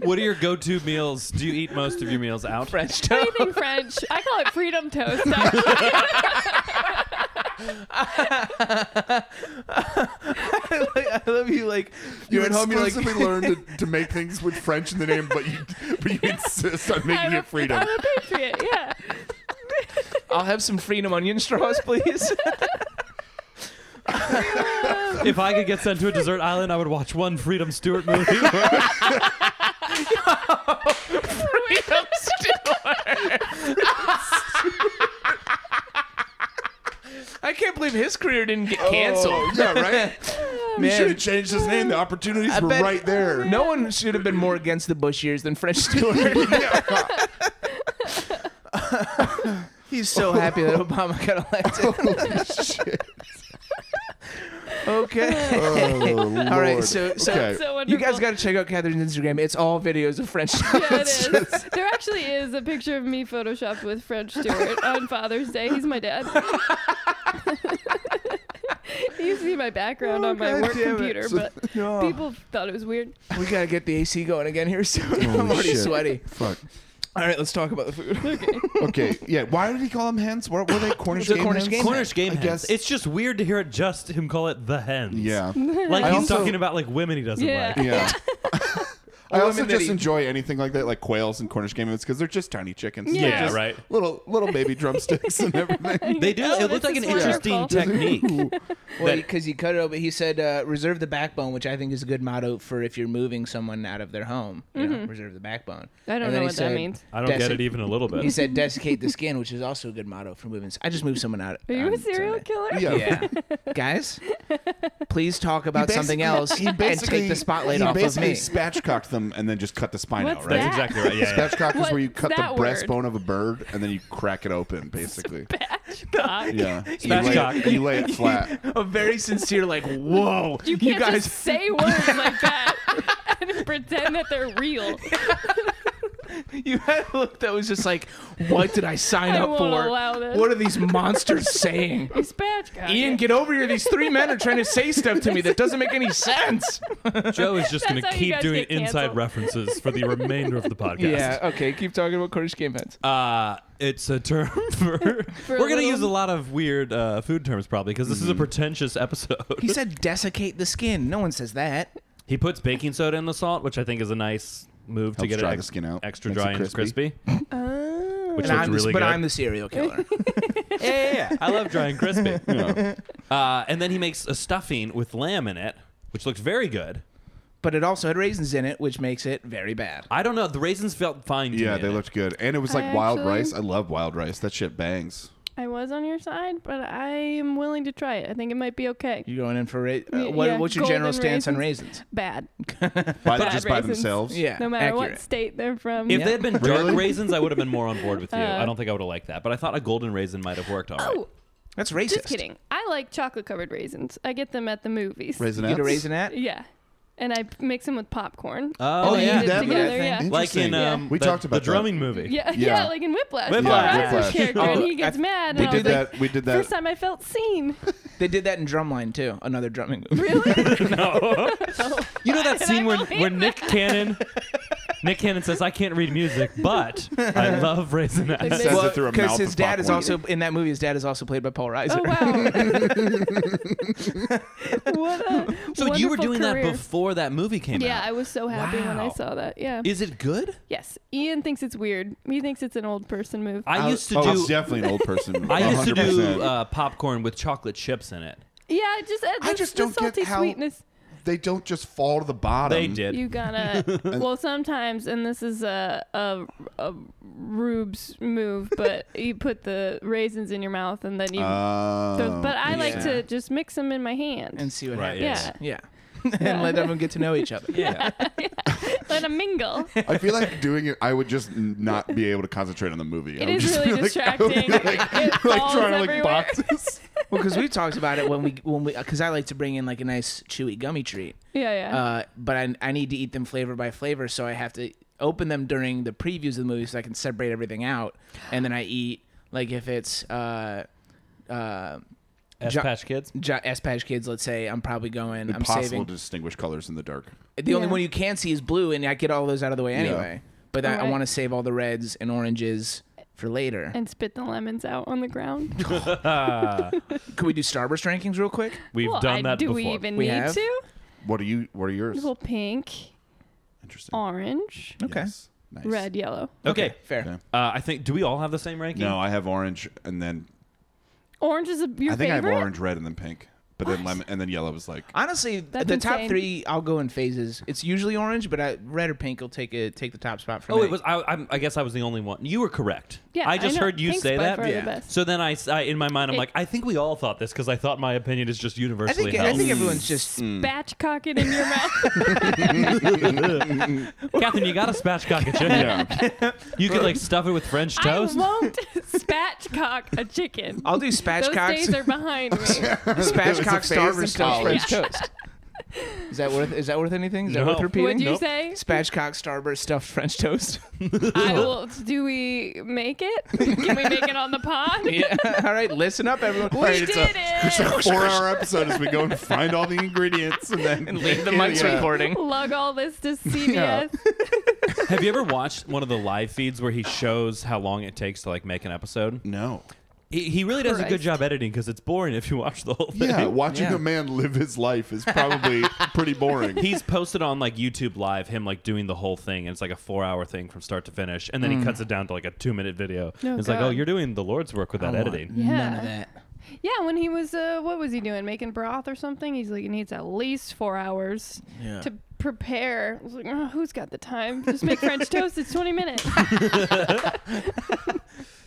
[SPEAKER 1] What are your go-to meals? Do you eat most of your meals out?
[SPEAKER 4] French toast.
[SPEAKER 3] Anything French. I call it freedom toast. actually.
[SPEAKER 4] I love you. Like
[SPEAKER 2] You
[SPEAKER 4] you're at home. You're like
[SPEAKER 2] explicitly learned to, to make things with French in the name, but you but you insist on making
[SPEAKER 3] I'm a-
[SPEAKER 2] it freedom.
[SPEAKER 3] I'm a patriot. Yeah.
[SPEAKER 4] I'll have some freedom onion straws, please.
[SPEAKER 1] If I could get sent to a desert island, I would watch one Freedom Stewart movie.
[SPEAKER 4] I can't believe his career didn't get canceled.
[SPEAKER 2] Oh, yeah, right. You
[SPEAKER 4] Man.
[SPEAKER 2] should have changed his name. The opportunities
[SPEAKER 4] I
[SPEAKER 2] were
[SPEAKER 4] bet-
[SPEAKER 2] right there.
[SPEAKER 4] No one should have been more against the Bush years than French Stewart.
[SPEAKER 2] Yeah. Oh,
[SPEAKER 4] He's so happy that Obama got elected.
[SPEAKER 2] Holy shit.
[SPEAKER 4] Okay.
[SPEAKER 2] Oh,
[SPEAKER 4] All right.
[SPEAKER 2] Lord.
[SPEAKER 4] So, so,
[SPEAKER 2] Okay.
[SPEAKER 3] So
[SPEAKER 4] you guys
[SPEAKER 3] wonderful.
[SPEAKER 4] got to check out Catherine's Instagram. It's all videos of French.
[SPEAKER 3] Yeah, it is. There actually is a picture of me photoshopped with French Stewart on Father's Day. He's my dad. you see my background
[SPEAKER 4] Oh,
[SPEAKER 3] on my
[SPEAKER 4] God
[SPEAKER 3] work
[SPEAKER 4] damn it.
[SPEAKER 3] computer,
[SPEAKER 4] So-
[SPEAKER 3] but
[SPEAKER 4] Oh.
[SPEAKER 3] people thought it was weird.
[SPEAKER 4] we got to get the AC going again here soon. I'm
[SPEAKER 2] Holy
[SPEAKER 4] already
[SPEAKER 2] shit.
[SPEAKER 4] sweaty.
[SPEAKER 2] Fuck.
[SPEAKER 4] All right, let's talk about the food.
[SPEAKER 2] Okay. Yeah. Why did he call them hens? What were they? Cornish
[SPEAKER 4] They're
[SPEAKER 2] game
[SPEAKER 4] Cornish
[SPEAKER 2] hens?
[SPEAKER 4] game
[SPEAKER 1] Cornish game
[SPEAKER 2] I
[SPEAKER 1] hens.
[SPEAKER 2] guess-
[SPEAKER 1] It's just weird to hear it just him call it the hens.
[SPEAKER 2] Yeah.
[SPEAKER 1] Like
[SPEAKER 2] I
[SPEAKER 1] he's
[SPEAKER 2] also-
[SPEAKER 1] talking about like women he doesn't
[SPEAKER 3] Yeah.
[SPEAKER 1] like.
[SPEAKER 2] Yeah. I also
[SPEAKER 4] woman that
[SPEAKER 2] just
[SPEAKER 4] he-
[SPEAKER 2] enjoy anything like that, like quails and Cornish game hens, because they're just tiny chickens.
[SPEAKER 3] Yeah.
[SPEAKER 2] They're
[SPEAKER 1] Yeah,
[SPEAKER 2] just
[SPEAKER 1] right.
[SPEAKER 2] Little little baby drumsticks and everything.
[SPEAKER 1] They do.
[SPEAKER 3] Oh,
[SPEAKER 1] it
[SPEAKER 3] this
[SPEAKER 1] looks like
[SPEAKER 3] is
[SPEAKER 1] an interesting
[SPEAKER 3] wonderful.
[SPEAKER 1] technique.
[SPEAKER 4] Well,
[SPEAKER 1] That-
[SPEAKER 4] because he cut it open, he said, uh, "Reserve the backbone," which I think is a good motto for if you're moving someone out of their home. You know, reserve the backbone.
[SPEAKER 3] Mm-hmm. I don't
[SPEAKER 4] And then
[SPEAKER 3] know
[SPEAKER 4] he
[SPEAKER 3] what that means.
[SPEAKER 1] I don't get
[SPEAKER 4] "Desi-
[SPEAKER 1] it even a little
[SPEAKER 4] He
[SPEAKER 1] bit.
[SPEAKER 4] said, "Desiccate the skin," which is also a good motto for moving. I just moved someone out.
[SPEAKER 3] Are you a
[SPEAKER 4] on
[SPEAKER 3] serial
[SPEAKER 4] Sunday.
[SPEAKER 3] killer?
[SPEAKER 2] Yeah.
[SPEAKER 4] Yeah, guys, please talk about something else and take the spotlight
[SPEAKER 2] he
[SPEAKER 4] off of
[SPEAKER 2] basically
[SPEAKER 4] me.
[SPEAKER 2] spatchcocked them and then just cut the spine
[SPEAKER 3] What's
[SPEAKER 2] out, right?
[SPEAKER 1] That's exactly right. Yeah, yeah.
[SPEAKER 2] Spatchcock is where you
[SPEAKER 3] What's
[SPEAKER 2] cut the
[SPEAKER 3] that
[SPEAKER 2] breastbone of a bird and then you crack it open, basically.
[SPEAKER 3] God.
[SPEAKER 2] Yeah. You
[SPEAKER 1] Spatchcock.
[SPEAKER 2] lay, you lay it flat.
[SPEAKER 4] a very sincere, like, whoa,
[SPEAKER 3] You can't
[SPEAKER 4] guys.
[SPEAKER 3] just say words like that and pretend that they're real.
[SPEAKER 4] You had a look that was just like, what did I sign
[SPEAKER 3] I
[SPEAKER 4] up
[SPEAKER 3] won't
[SPEAKER 4] for?
[SPEAKER 3] allow this.
[SPEAKER 4] What are these monsters saying?
[SPEAKER 3] Spatchcock.
[SPEAKER 4] Ian, get over here. These three men are trying to say stuff to me that doesn't make any sense.
[SPEAKER 1] Joe is just going to
[SPEAKER 3] That's how you
[SPEAKER 1] keep
[SPEAKER 3] guys
[SPEAKER 1] doing
[SPEAKER 3] get
[SPEAKER 1] inside
[SPEAKER 3] canceled.
[SPEAKER 1] references for the remainder of the podcast.
[SPEAKER 4] okay. Keep talking about Kurdish game heads.
[SPEAKER 1] Uh, it's a term for. we're
[SPEAKER 3] a
[SPEAKER 1] going to
[SPEAKER 3] little-
[SPEAKER 1] use a lot of weird uh, food terms probably because this is a pretentious episode.
[SPEAKER 4] He said desiccate the skin. No one says that.
[SPEAKER 1] He puts baking soda in the salt, which I think is a nice move to
[SPEAKER 2] Helps
[SPEAKER 1] get
[SPEAKER 2] dry
[SPEAKER 1] it
[SPEAKER 2] the skin out.
[SPEAKER 1] extra
[SPEAKER 2] Makes it
[SPEAKER 1] dry and
[SPEAKER 2] crispy.
[SPEAKER 1] crispy. which
[SPEAKER 4] And
[SPEAKER 1] looks
[SPEAKER 4] I'm the-
[SPEAKER 1] really
[SPEAKER 4] but
[SPEAKER 1] good.
[SPEAKER 4] I'm the serial killer.
[SPEAKER 1] yeah, yeah, yeah. I love dry and crispy. Uh, and then he makes a stuffing with lamb in it, which looks very good.
[SPEAKER 4] but it also had raisins in it, which makes it very bad.
[SPEAKER 1] I don't know. The raisins felt fine. To
[SPEAKER 2] Yeah,
[SPEAKER 1] me
[SPEAKER 2] they
[SPEAKER 1] in it.
[SPEAKER 2] looked good. And it was like
[SPEAKER 3] I
[SPEAKER 2] wild
[SPEAKER 3] actually-
[SPEAKER 2] rice. I love wild rice. That shit bangs.
[SPEAKER 3] I was on your side, but I am willing to try it. I think it might be okay.
[SPEAKER 4] You're going in for ra- uh,
[SPEAKER 3] Y-
[SPEAKER 4] what,
[SPEAKER 3] yeah,
[SPEAKER 4] what's your general
[SPEAKER 3] golden
[SPEAKER 4] stance on raisins?
[SPEAKER 3] Bad.
[SPEAKER 2] By,
[SPEAKER 3] Bad
[SPEAKER 2] just by
[SPEAKER 3] raisins.
[SPEAKER 2] themselves.
[SPEAKER 4] Yeah,
[SPEAKER 3] No matter what
[SPEAKER 4] accurate.
[SPEAKER 3] state they're from.
[SPEAKER 1] If they had been dark
[SPEAKER 2] Really?
[SPEAKER 1] raisins, I would have been more on board with you. I don't think I would have liked that, but I thought a golden raisin might have worked all right.
[SPEAKER 3] Oh,
[SPEAKER 4] That's racist.
[SPEAKER 3] just kidding. I like chocolate covered raisins. I get them at the movies.
[SPEAKER 2] Raisinette.
[SPEAKER 4] Get a raisinette.
[SPEAKER 3] Yeah. And I mix them with popcorn.
[SPEAKER 1] Oh,
[SPEAKER 3] and I
[SPEAKER 1] yeah,
[SPEAKER 3] eat it
[SPEAKER 2] that
[SPEAKER 3] together,
[SPEAKER 4] thing.
[SPEAKER 3] yeah.
[SPEAKER 1] like in
[SPEAKER 2] Interesting.
[SPEAKER 1] um,
[SPEAKER 2] We
[SPEAKER 1] the,
[SPEAKER 2] talked about
[SPEAKER 1] the drumming
[SPEAKER 2] that.
[SPEAKER 1] movie.
[SPEAKER 3] Yeah, yeah,
[SPEAKER 2] Yeah.
[SPEAKER 3] like in Whiplash.
[SPEAKER 1] Whiplash.
[SPEAKER 3] He rides his
[SPEAKER 2] Whiplash.
[SPEAKER 3] character and he gets
[SPEAKER 4] Oh, I-
[SPEAKER 3] mad.
[SPEAKER 2] We
[SPEAKER 3] And I
[SPEAKER 2] did
[SPEAKER 3] was like,
[SPEAKER 2] that. We did that.
[SPEAKER 3] First time I felt seen.
[SPEAKER 4] They did that in Drumline too. Another drumming movie.
[SPEAKER 1] You know that
[SPEAKER 3] And I
[SPEAKER 1] scene where,
[SPEAKER 3] believe
[SPEAKER 1] where Nick Cannon Nick Cannon says, I can't read music, but I love
[SPEAKER 3] Like,
[SPEAKER 1] Raisinette.
[SPEAKER 2] Says
[SPEAKER 3] Well,
[SPEAKER 2] it through a
[SPEAKER 4] Because
[SPEAKER 2] mouth
[SPEAKER 4] his
[SPEAKER 2] of
[SPEAKER 4] dad is
[SPEAKER 2] popcorn.
[SPEAKER 4] also in that movie. His dad is also played by Paul Reiser.
[SPEAKER 3] Oh wow! what a
[SPEAKER 1] So you were
[SPEAKER 3] wonderful
[SPEAKER 1] doing
[SPEAKER 3] career.
[SPEAKER 1] that before that movie came
[SPEAKER 3] Yeah,
[SPEAKER 1] out.
[SPEAKER 3] I was so happy when I
[SPEAKER 1] Wow.
[SPEAKER 3] saw that. Yeah.
[SPEAKER 1] Is it good?
[SPEAKER 3] yes, Ian thinks it's weird. He thinks it's an old person move.
[SPEAKER 1] I
[SPEAKER 2] Oh,
[SPEAKER 1] used to
[SPEAKER 2] oh, it's
[SPEAKER 1] do
[SPEAKER 2] definitely an old person.
[SPEAKER 1] I used to do
[SPEAKER 2] 100%.
[SPEAKER 1] uh, popcorn with chocolate chips in it.
[SPEAKER 3] yeah, I just uh, the,
[SPEAKER 2] I just
[SPEAKER 3] the
[SPEAKER 2] don't get
[SPEAKER 3] salty
[SPEAKER 2] how-
[SPEAKER 3] sweetness.
[SPEAKER 2] they don't just fall to the bottom.
[SPEAKER 1] They did.
[SPEAKER 3] You gotta. well, sometimes, and this is a, a a Rube's move, but you put the raisins in your mouth and then you.
[SPEAKER 2] Oh,
[SPEAKER 3] so, but I like
[SPEAKER 4] yeah.
[SPEAKER 3] to just mix them in my hand
[SPEAKER 4] and see what
[SPEAKER 1] Right,
[SPEAKER 4] happens.
[SPEAKER 3] yeah.
[SPEAKER 4] Yeah. and let everyone get to know each other.
[SPEAKER 1] yeah.
[SPEAKER 3] let them mingle.
[SPEAKER 2] I feel like doing it. I would just n- not be able to concentrate on the movie.
[SPEAKER 3] It
[SPEAKER 2] I would
[SPEAKER 3] is
[SPEAKER 2] just
[SPEAKER 3] really
[SPEAKER 2] be like- I would be
[SPEAKER 3] distracting.
[SPEAKER 2] like,
[SPEAKER 3] It
[SPEAKER 2] like
[SPEAKER 3] falls
[SPEAKER 2] trying to like
[SPEAKER 3] everywhere.
[SPEAKER 2] box this.
[SPEAKER 4] Well, because we've talked about it when we when we because I like to bring in like a nice chewy gummy treat.
[SPEAKER 3] Yeah, yeah.
[SPEAKER 4] Uh, but I, I need to eat them flavor by flavor, so I have to open them during the previews of the movie so I can separate everything out, and then I eat like if it's uh, uh,
[SPEAKER 1] As
[SPEAKER 4] Jo-
[SPEAKER 1] Patch Kids.
[SPEAKER 4] jo- S Patch Kids, let's say I'm probably going. I'm
[SPEAKER 2] Impossible
[SPEAKER 4] saving.
[SPEAKER 2] to distinguish colors in the dark.
[SPEAKER 4] The only
[SPEAKER 3] Yeah.
[SPEAKER 4] one you can see is blue, and I get all those out of the way anyway. But I, I
[SPEAKER 3] Alright.
[SPEAKER 4] want to save all the reds and oranges for later.
[SPEAKER 3] and spit the lemons out on the ground.
[SPEAKER 4] Could we do Starburst rankings real quick?
[SPEAKER 1] We've
[SPEAKER 3] Well,
[SPEAKER 1] done
[SPEAKER 3] I-
[SPEAKER 1] that
[SPEAKER 3] do
[SPEAKER 1] before.
[SPEAKER 3] we even
[SPEAKER 4] We
[SPEAKER 3] need
[SPEAKER 4] have.
[SPEAKER 3] to?
[SPEAKER 2] What are you? What are yours?
[SPEAKER 3] Well, pink,
[SPEAKER 2] Interesting.
[SPEAKER 3] orange,
[SPEAKER 4] Okay.
[SPEAKER 2] Yes. Nice.
[SPEAKER 3] red, yellow.
[SPEAKER 1] okay.
[SPEAKER 4] Fair.
[SPEAKER 2] Okay.
[SPEAKER 1] Uh, I think do we all have the same ranking?
[SPEAKER 2] No, I have orange, and then
[SPEAKER 3] Orange is a, your
[SPEAKER 2] I think
[SPEAKER 3] favorite.
[SPEAKER 2] I have orange, red, and then pink. But then lemon, and then yellow is like.
[SPEAKER 4] Honestly,
[SPEAKER 3] That's
[SPEAKER 4] the top
[SPEAKER 3] insane.
[SPEAKER 4] three I'll go in phases. It's usually orange, but I, red or pink will take a, take the top spot for
[SPEAKER 1] Oh,
[SPEAKER 4] me.
[SPEAKER 1] it was. I, I'm- I guess I was the only one. You were correct.
[SPEAKER 3] Yeah,
[SPEAKER 1] I just
[SPEAKER 3] know.
[SPEAKER 1] heard you
[SPEAKER 3] Pink's
[SPEAKER 1] say
[SPEAKER 3] by
[SPEAKER 1] that.
[SPEAKER 3] far
[SPEAKER 4] Yeah.
[SPEAKER 3] The best.
[SPEAKER 1] So then I, s- I- in my mind, I'm
[SPEAKER 3] It-
[SPEAKER 1] like, I think we all thought this because I thought my opinion is just
[SPEAKER 4] I
[SPEAKER 1] universally
[SPEAKER 4] think
[SPEAKER 1] held.
[SPEAKER 4] I think everyone's just mm.
[SPEAKER 3] Batchcock it in your mouth.
[SPEAKER 1] Catherine, you got to spatchcock a chicken.
[SPEAKER 2] Yeah.
[SPEAKER 1] You could like stuff it with French
[SPEAKER 3] I
[SPEAKER 1] toast.
[SPEAKER 3] won't spatchcock a chicken.
[SPEAKER 4] I'll do
[SPEAKER 3] Those days
[SPEAKER 4] spatchcocks,
[SPEAKER 3] are behind me.
[SPEAKER 4] spatchcocks Hitchcock
[SPEAKER 2] a phase in
[SPEAKER 4] starvers style
[SPEAKER 2] college.
[SPEAKER 4] French toast. Is that worth? Is that worth anything? Is that
[SPEAKER 1] No.
[SPEAKER 4] worth repeating?
[SPEAKER 3] Would you say?
[SPEAKER 4] Spatchcock starburst stuffed French toast.
[SPEAKER 3] I will. Do we make it? Can we make it on the pod?
[SPEAKER 4] yeah. All right, listen up, everyone.
[SPEAKER 3] We
[SPEAKER 4] All right,
[SPEAKER 3] did
[SPEAKER 4] it's a-
[SPEAKER 3] it.
[SPEAKER 2] four-hour episode as we go and find all the ingredients and then
[SPEAKER 4] and leave the mics
[SPEAKER 2] Yeah.
[SPEAKER 4] recording.
[SPEAKER 3] Lug all this to CBS.
[SPEAKER 1] Have you ever watched one of the live feeds where he shows how long it takes to like make an episode?
[SPEAKER 2] No.
[SPEAKER 1] He, he really does a good
[SPEAKER 3] Christ.
[SPEAKER 1] job editing because it's boring if you watch the whole thing.
[SPEAKER 2] Yeah, watching
[SPEAKER 4] Yeah.
[SPEAKER 2] a man live his life is probably pretty boring.
[SPEAKER 1] He's posted on like YouTube Live him like doing the whole thing, and it's like a four-hour thing from start to finish, and then he cuts it down to like a two-minute video.
[SPEAKER 3] Oh,
[SPEAKER 1] it's like, oh,
[SPEAKER 3] Mm. God.
[SPEAKER 1] you're doing the Lord's work with that editing.
[SPEAKER 3] Yeah.
[SPEAKER 4] None of that.
[SPEAKER 3] Yeah, when he was, uh, what was he doing? Making broth or something? He's like, he needs at least four hours
[SPEAKER 4] Yeah.
[SPEAKER 3] to prepare. I was like, oh, who's got the time? Just make French toast. It's 20 minutes.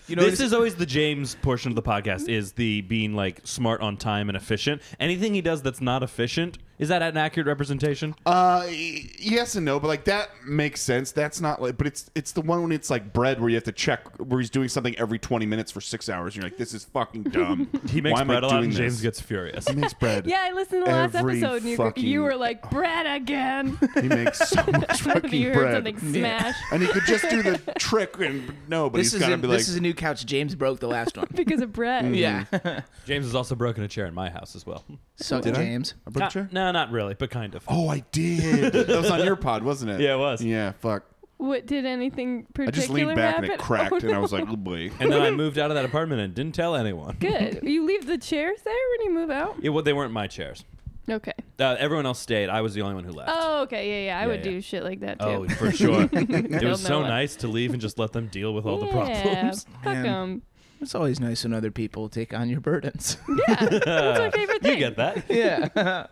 [SPEAKER 4] You know,
[SPEAKER 1] This is always the James portion of the podcast is the being like smart on time and efficient. Anything he does that's not efficient is that an accurate representation?
[SPEAKER 2] Uh, y- yes and no, but like that makes sense. That's not like, but it's it's the one when it's like bread where you have to check where he's doing something every twenty minutes for six hours. And you're like, this is fucking dumb.
[SPEAKER 1] he makes
[SPEAKER 2] Why am I
[SPEAKER 1] bread a lot,
[SPEAKER 2] doing
[SPEAKER 1] and James
[SPEAKER 2] this?
[SPEAKER 1] gets furious.
[SPEAKER 2] He makes bread.
[SPEAKER 3] yeah, I listened to the last
[SPEAKER 2] Every
[SPEAKER 3] episode and you,
[SPEAKER 2] fucking-
[SPEAKER 3] you were like, bread again.
[SPEAKER 2] He makes so much
[SPEAKER 3] Have you
[SPEAKER 2] fucking
[SPEAKER 3] heard
[SPEAKER 2] bread.
[SPEAKER 3] something smash?
[SPEAKER 2] And he could just do the trick and no, but
[SPEAKER 4] this
[SPEAKER 2] he's
[SPEAKER 4] is
[SPEAKER 2] gotta
[SPEAKER 4] a,
[SPEAKER 2] be like
[SPEAKER 4] this is a new couch. James broke the last one.
[SPEAKER 3] Because of
[SPEAKER 2] Mm-hmm.
[SPEAKER 3] bread.
[SPEAKER 4] yeah.
[SPEAKER 3] Mm-hmm.
[SPEAKER 1] James has also broken a chair in my house as well.
[SPEAKER 4] Suck it, James.
[SPEAKER 2] a brook
[SPEAKER 1] Not-
[SPEAKER 2] chair?
[SPEAKER 1] no, not really, but kind of.
[SPEAKER 2] Oh, I did. that was on your pod, wasn't it?
[SPEAKER 1] Yeah, it was.
[SPEAKER 2] Yeah, fuck.
[SPEAKER 3] What did anything particular
[SPEAKER 2] I just leaned back
[SPEAKER 3] happen?
[SPEAKER 2] and it cracked,
[SPEAKER 3] Oh,
[SPEAKER 2] and I
[SPEAKER 3] no.
[SPEAKER 2] was like, oh boy.
[SPEAKER 1] And then I moved out of that apartment and didn't tell anyone.
[SPEAKER 2] "Mm-hmm."
[SPEAKER 3] good. You leave the chairs there when you move out?
[SPEAKER 1] Yeah, well, they weren't my chairs.
[SPEAKER 3] Okay.
[SPEAKER 1] Uh, everyone else stayed. I was the only one who left.
[SPEAKER 3] Oh, okay. Yeah, yeah. I would
[SPEAKER 1] yeah.
[SPEAKER 3] do shit like that too.
[SPEAKER 1] Oh, for sure. it was so
[SPEAKER 3] They'll know it.
[SPEAKER 1] nice to leave and just let them deal with all the
[SPEAKER 3] yeah,
[SPEAKER 1] problems.
[SPEAKER 3] Fuck
[SPEAKER 4] Man.
[SPEAKER 3] 'em.
[SPEAKER 4] It's always nice when other people take on your burdens.
[SPEAKER 3] That's my favorite thing.
[SPEAKER 1] You get that?
[SPEAKER 4] yeah.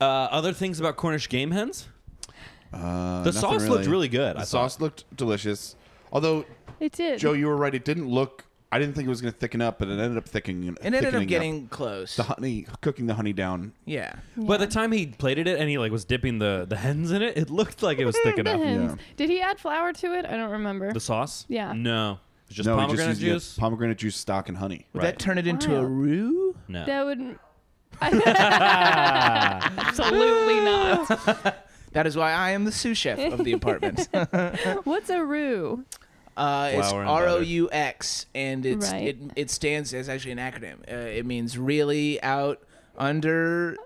[SPEAKER 1] Uh, other things about Cornish game hens?
[SPEAKER 2] Uh,
[SPEAKER 1] The
[SPEAKER 2] nothing
[SPEAKER 1] sauce looked really good,
[SPEAKER 2] The
[SPEAKER 1] I
[SPEAKER 2] sauce looked delicious. Although,
[SPEAKER 3] It did.
[SPEAKER 2] Joe, you were right. It didn't look. I didn't think it was going to thicken up, but it ended up thickening.
[SPEAKER 4] It ended
[SPEAKER 2] thickening
[SPEAKER 4] up getting close.
[SPEAKER 2] the honey, cooking the honey down.
[SPEAKER 4] yeah.
[SPEAKER 1] By the time he plated it and he like was dipping the, the hens in it, it looked like it was thick enough.
[SPEAKER 3] Depends. Did he add flour to it? I don't remember.
[SPEAKER 1] The sauce?
[SPEAKER 3] Yeah.
[SPEAKER 1] No. It was just
[SPEAKER 2] no, he
[SPEAKER 1] pomegranate
[SPEAKER 2] just used
[SPEAKER 1] juice?
[SPEAKER 2] the pomegranate juice stock and honey.
[SPEAKER 4] Would
[SPEAKER 1] Right.
[SPEAKER 4] that turn it into a
[SPEAKER 3] Wow.
[SPEAKER 4] roux?
[SPEAKER 2] Mm.
[SPEAKER 1] no.
[SPEAKER 3] that would. Absolutely not.
[SPEAKER 4] That is why I am the sous chef of the apartment. uh,
[SPEAKER 3] What's a roux?
[SPEAKER 4] it's
[SPEAKER 1] Flour and
[SPEAKER 4] R O U X, and it's
[SPEAKER 3] Right.
[SPEAKER 4] it it stands as actually an acronym. Uh, it means really out under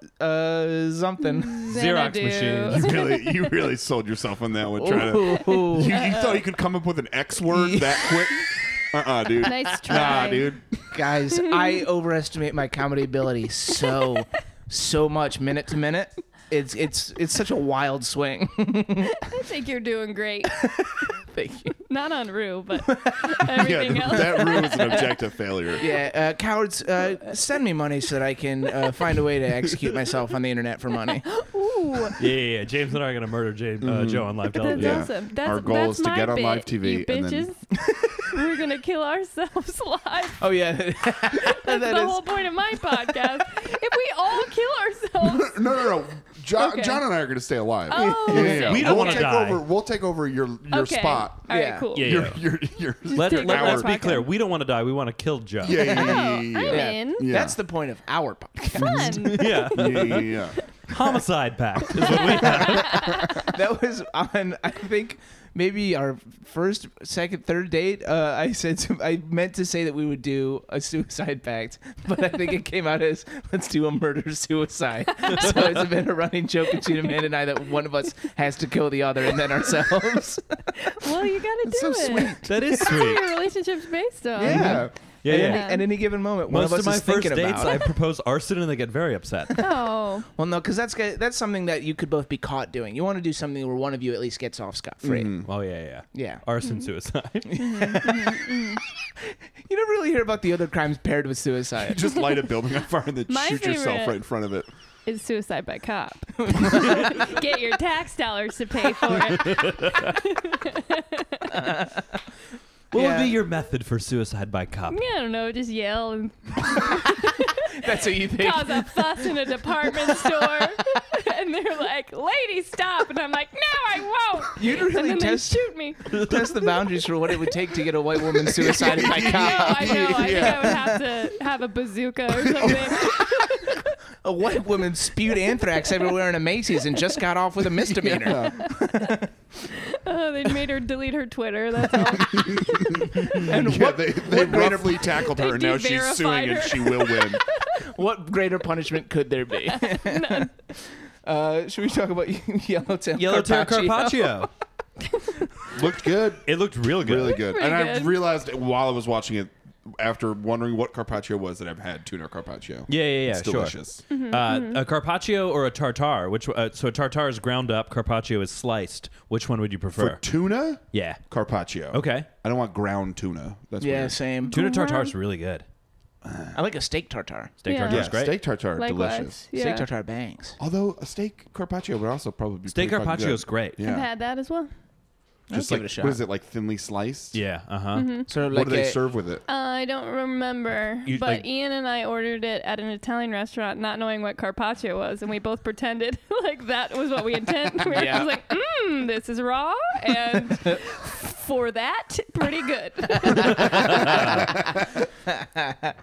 [SPEAKER 4] uh, something.
[SPEAKER 1] Xerox
[SPEAKER 3] Xanadu.
[SPEAKER 1] machines.
[SPEAKER 2] You really, you really sold yourself on that one. Trying to,
[SPEAKER 4] Ooh.
[SPEAKER 2] you, you thought you could come up with an X word that quick? Uh, uh dude.
[SPEAKER 3] Nice try.
[SPEAKER 2] Nah, dude.
[SPEAKER 4] Guys, I overestimate my comedy ability so so much minute to minute. It's it's it's such a wild swing.
[SPEAKER 3] I think you're doing great.
[SPEAKER 4] Thank you.
[SPEAKER 3] Not on roux, but
[SPEAKER 2] Yeah,
[SPEAKER 3] everything else.
[SPEAKER 2] that roux is an objective failure.
[SPEAKER 4] Yeah, uh, cowards, uh, send me money so that I can uh, find a way to execute myself on the internet for money.
[SPEAKER 3] Ooh,
[SPEAKER 1] yeah, yeah, yeah. James and I are going to murder James, uh, Joe on live
[SPEAKER 3] that's
[SPEAKER 1] television.
[SPEAKER 2] Yeah.
[SPEAKER 3] awesome. That's,
[SPEAKER 2] Our goal
[SPEAKER 3] that's
[SPEAKER 2] is to
[SPEAKER 3] my
[SPEAKER 2] get on
[SPEAKER 3] bit,
[SPEAKER 2] live TV
[SPEAKER 3] you
[SPEAKER 2] and then-
[SPEAKER 3] bitches. We're gonna kill ourselves live.
[SPEAKER 4] Oh yeah, that's
[SPEAKER 3] That's the whole point of my podcast. if we all kill ourselves,
[SPEAKER 2] No, no, no. John,
[SPEAKER 3] Okay.
[SPEAKER 2] John and I are going to stay alive.
[SPEAKER 3] Oh, okay.
[SPEAKER 1] We don't
[SPEAKER 2] we'll
[SPEAKER 1] wanna
[SPEAKER 2] take
[SPEAKER 1] die.
[SPEAKER 2] Over, we'll take over your your
[SPEAKER 3] okay.
[SPEAKER 2] spot.
[SPEAKER 3] All right,
[SPEAKER 4] Yeah.
[SPEAKER 3] cool.
[SPEAKER 1] Yeah, yeah.
[SPEAKER 2] Your, your, your,
[SPEAKER 1] Let,
[SPEAKER 3] take
[SPEAKER 1] let,
[SPEAKER 3] over
[SPEAKER 1] us
[SPEAKER 3] our
[SPEAKER 1] be
[SPEAKER 3] podcast.
[SPEAKER 1] clear. We don't want to die. We want to kill Joe.
[SPEAKER 2] yeah, yeah, yeah,
[SPEAKER 3] I'm
[SPEAKER 2] yeah, yeah.
[SPEAKER 3] in.
[SPEAKER 2] Yeah.
[SPEAKER 4] that's the point of our podcast.
[SPEAKER 3] Fun.
[SPEAKER 1] Yeah.
[SPEAKER 4] Oh,
[SPEAKER 2] yeah, yeah, yeah.
[SPEAKER 1] Homicide pact is what we
[SPEAKER 4] that was on, I think. Maybe our first, second, third date. Uh, I said some, I meant to say that we would do a suicide pact, but I think it came out as let's do a murder suicide. so it's been a running joke between Amanda and I that one of us has to kill the other and then ourselves.
[SPEAKER 3] Well, you gotta do
[SPEAKER 2] so
[SPEAKER 3] it.
[SPEAKER 2] sweet.
[SPEAKER 1] That is
[SPEAKER 3] That's what
[SPEAKER 1] sweet.
[SPEAKER 3] your relationship's based on.
[SPEAKER 4] Yeah.
[SPEAKER 1] Yeah,
[SPEAKER 4] at,
[SPEAKER 1] yeah.
[SPEAKER 4] Any, at any given moment, one
[SPEAKER 1] Most
[SPEAKER 4] of us
[SPEAKER 1] of my
[SPEAKER 4] is
[SPEAKER 1] first
[SPEAKER 4] thinking
[SPEAKER 1] dates,
[SPEAKER 4] about.
[SPEAKER 1] I propose arson and they get very upset.
[SPEAKER 3] Oh,
[SPEAKER 4] well, no, because that's g- that's something that you could both be caught doing. You want to do something where one of you at least gets off scot free.
[SPEAKER 1] oh yeah, yeah,
[SPEAKER 4] Yeah.
[SPEAKER 1] Arson suicide.
[SPEAKER 4] You don't really hear about the other crimes paired with suicide.
[SPEAKER 2] Just light a building on fire and then
[SPEAKER 3] My
[SPEAKER 2] shoot yourself
[SPEAKER 3] favorite-
[SPEAKER 2] right in front of it.
[SPEAKER 3] is suicide by cop. Get your tax dollars to pay for it.
[SPEAKER 1] what
[SPEAKER 4] Yeah.
[SPEAKER 1] would be your method for suicide by cop?
[SPEAKER 3] I don't know. Just yell and
[SPEAKER 4] That's what you think.
[SPEAKER 3] cause a fuss in a department store, and they're like, "Lady, stop!" And I'm like, "No, I won't."
[SPEAKER 4] You'd
[SPEAKER 3] and
[SPEAKER 4] really
[SPEAKER 3] then
[SPEAKER 4] test
[SPEAKER 3] they shoot me.
[SPEAKER 4] test the boundaries for what it would take to get a white woman suicided by
[SPEAKER 3] No,
[SPEAKER 4] cop.
[SPEAKER 3] I know. I think I would have to have a bazooka or something.
[SPEAKER 4] a white woman spewed anthrax everywhere in a Macy's and just got off with a misdemeanor.
[SPEAKER 3] Oh, they made her delete her Twitter. That's all.
[SPEAKER 4] And
[SPEAKER 2] Yeah,
[SPEAKER 4] what,
[SPEAKER 2] they they roughly tackled her, and
[SPEAKER 3] They
[SPEAKER 2] now she's
[SPEAKER 3] de-verified
[SPEAKER 2] suing,
[SPEAKER 3] her.
[SPEAKER 2] and she will win.
[SPEAKER 4] what greater punishment could there be? Uh, should we talk about Yellowtail?
[SPEAKER 1] Yellowtail
[SPEAKER 4] Carpaccio?
[SPEAKER 1] Carpaccio.
[SPEAKER 2] Looked good,
[SPEAKER 1] It looked real good.
[SPEAKER 2] really good.
[SPEAKER 3] Pretty
[SPEAKER 2] And I
[SPEAKER 3] good.
[SPEAKER 2] realized it while I was watching it, after wondering what carpaccio was, that I've had tuna carpaccio.
[SPEAKER 1] Yeah, yeah, yeah.
[SPEAKER 2] it's
[SPEAKER 1] sure.
[SPEAKER 2] delicious.
[SPEAKER 4] Mm-hmm.
[SPEAKER 1] Uh, a carpaccio or a tartare? Which uh, so a tartare is ground up, carpaccio is sliced. Which one would you prefer?
[SPEAKER 2] For tuna,
[SPEAKER 1] yeah,
[SPEAKER 2] carpaccio.
[SPEAKER 1] okay.
[SPEAKER 2] I don't want ground tuna. That's
[SPEAKER 4] Yeah,
[SPEAKER 2] weird.
[SPEAKER 4] same.
[SPEAKER 1] Tuna tartare is really good.
[SPEAKER 4] I like a steak tartare.
[SPEAKER 1] Steak
[SPEAKER 3] Yeah.
[SPEAKER 1] tartare
[SPEAKER 2] Yeah,
[SPEAKER 1] is great.
[SPEAKER 2] steak tartare,
[SPEAKER 3] Likewise.
[SPEAKER 2] delicious.
[SPEAKER 3] Yeah.
[SPEAKER 4] Steak tartare bangs.
[SPEAKER 2] Although a steak carpaccio would also probably be
[SPEAKER 1] Steak
[SPEAKER 2] pretty fucking
[SPEAKER 1] carpaccio is
[SPEAKER 2] good.
[SPEAKER 1] great.
[SPEAKER 2] Yeah,
[SPEAKER 3] I've had that as well.
[SPEAKER 2] just
[SPEAKER 4] I'll
[SPEAKER 2] like
[SPEAKER 4] give it a shot.
[SPEAKER 2] what is it like thinly sliced?
[SPEAKER 1] Yeah. Uh huh.
[SPEAKER 4] Sort of
[SPEAKER 2] What
[SPEAKER 4] Mm-hmm. like
[SPEAKER 2] do they
[SPEAKER 4] a-
[SPEAKER 2] serve with it?
[SPEAKER 3] I don't remember,
[SPEAKER 1] You-
[SPEAKER 3] but
[SPEAKER 1] like-
[SPEAKER 3] Ian and I ordered it at an Italian restaurant, not knowing what carpaccio was, and we both pretended like that was what we intended. We were
[SPEAKER 4] Yeah.
[SPEAKER 3] just like, "Mmm, this is raw," and for that, pretty good.
[SPEAKER 1] Uh,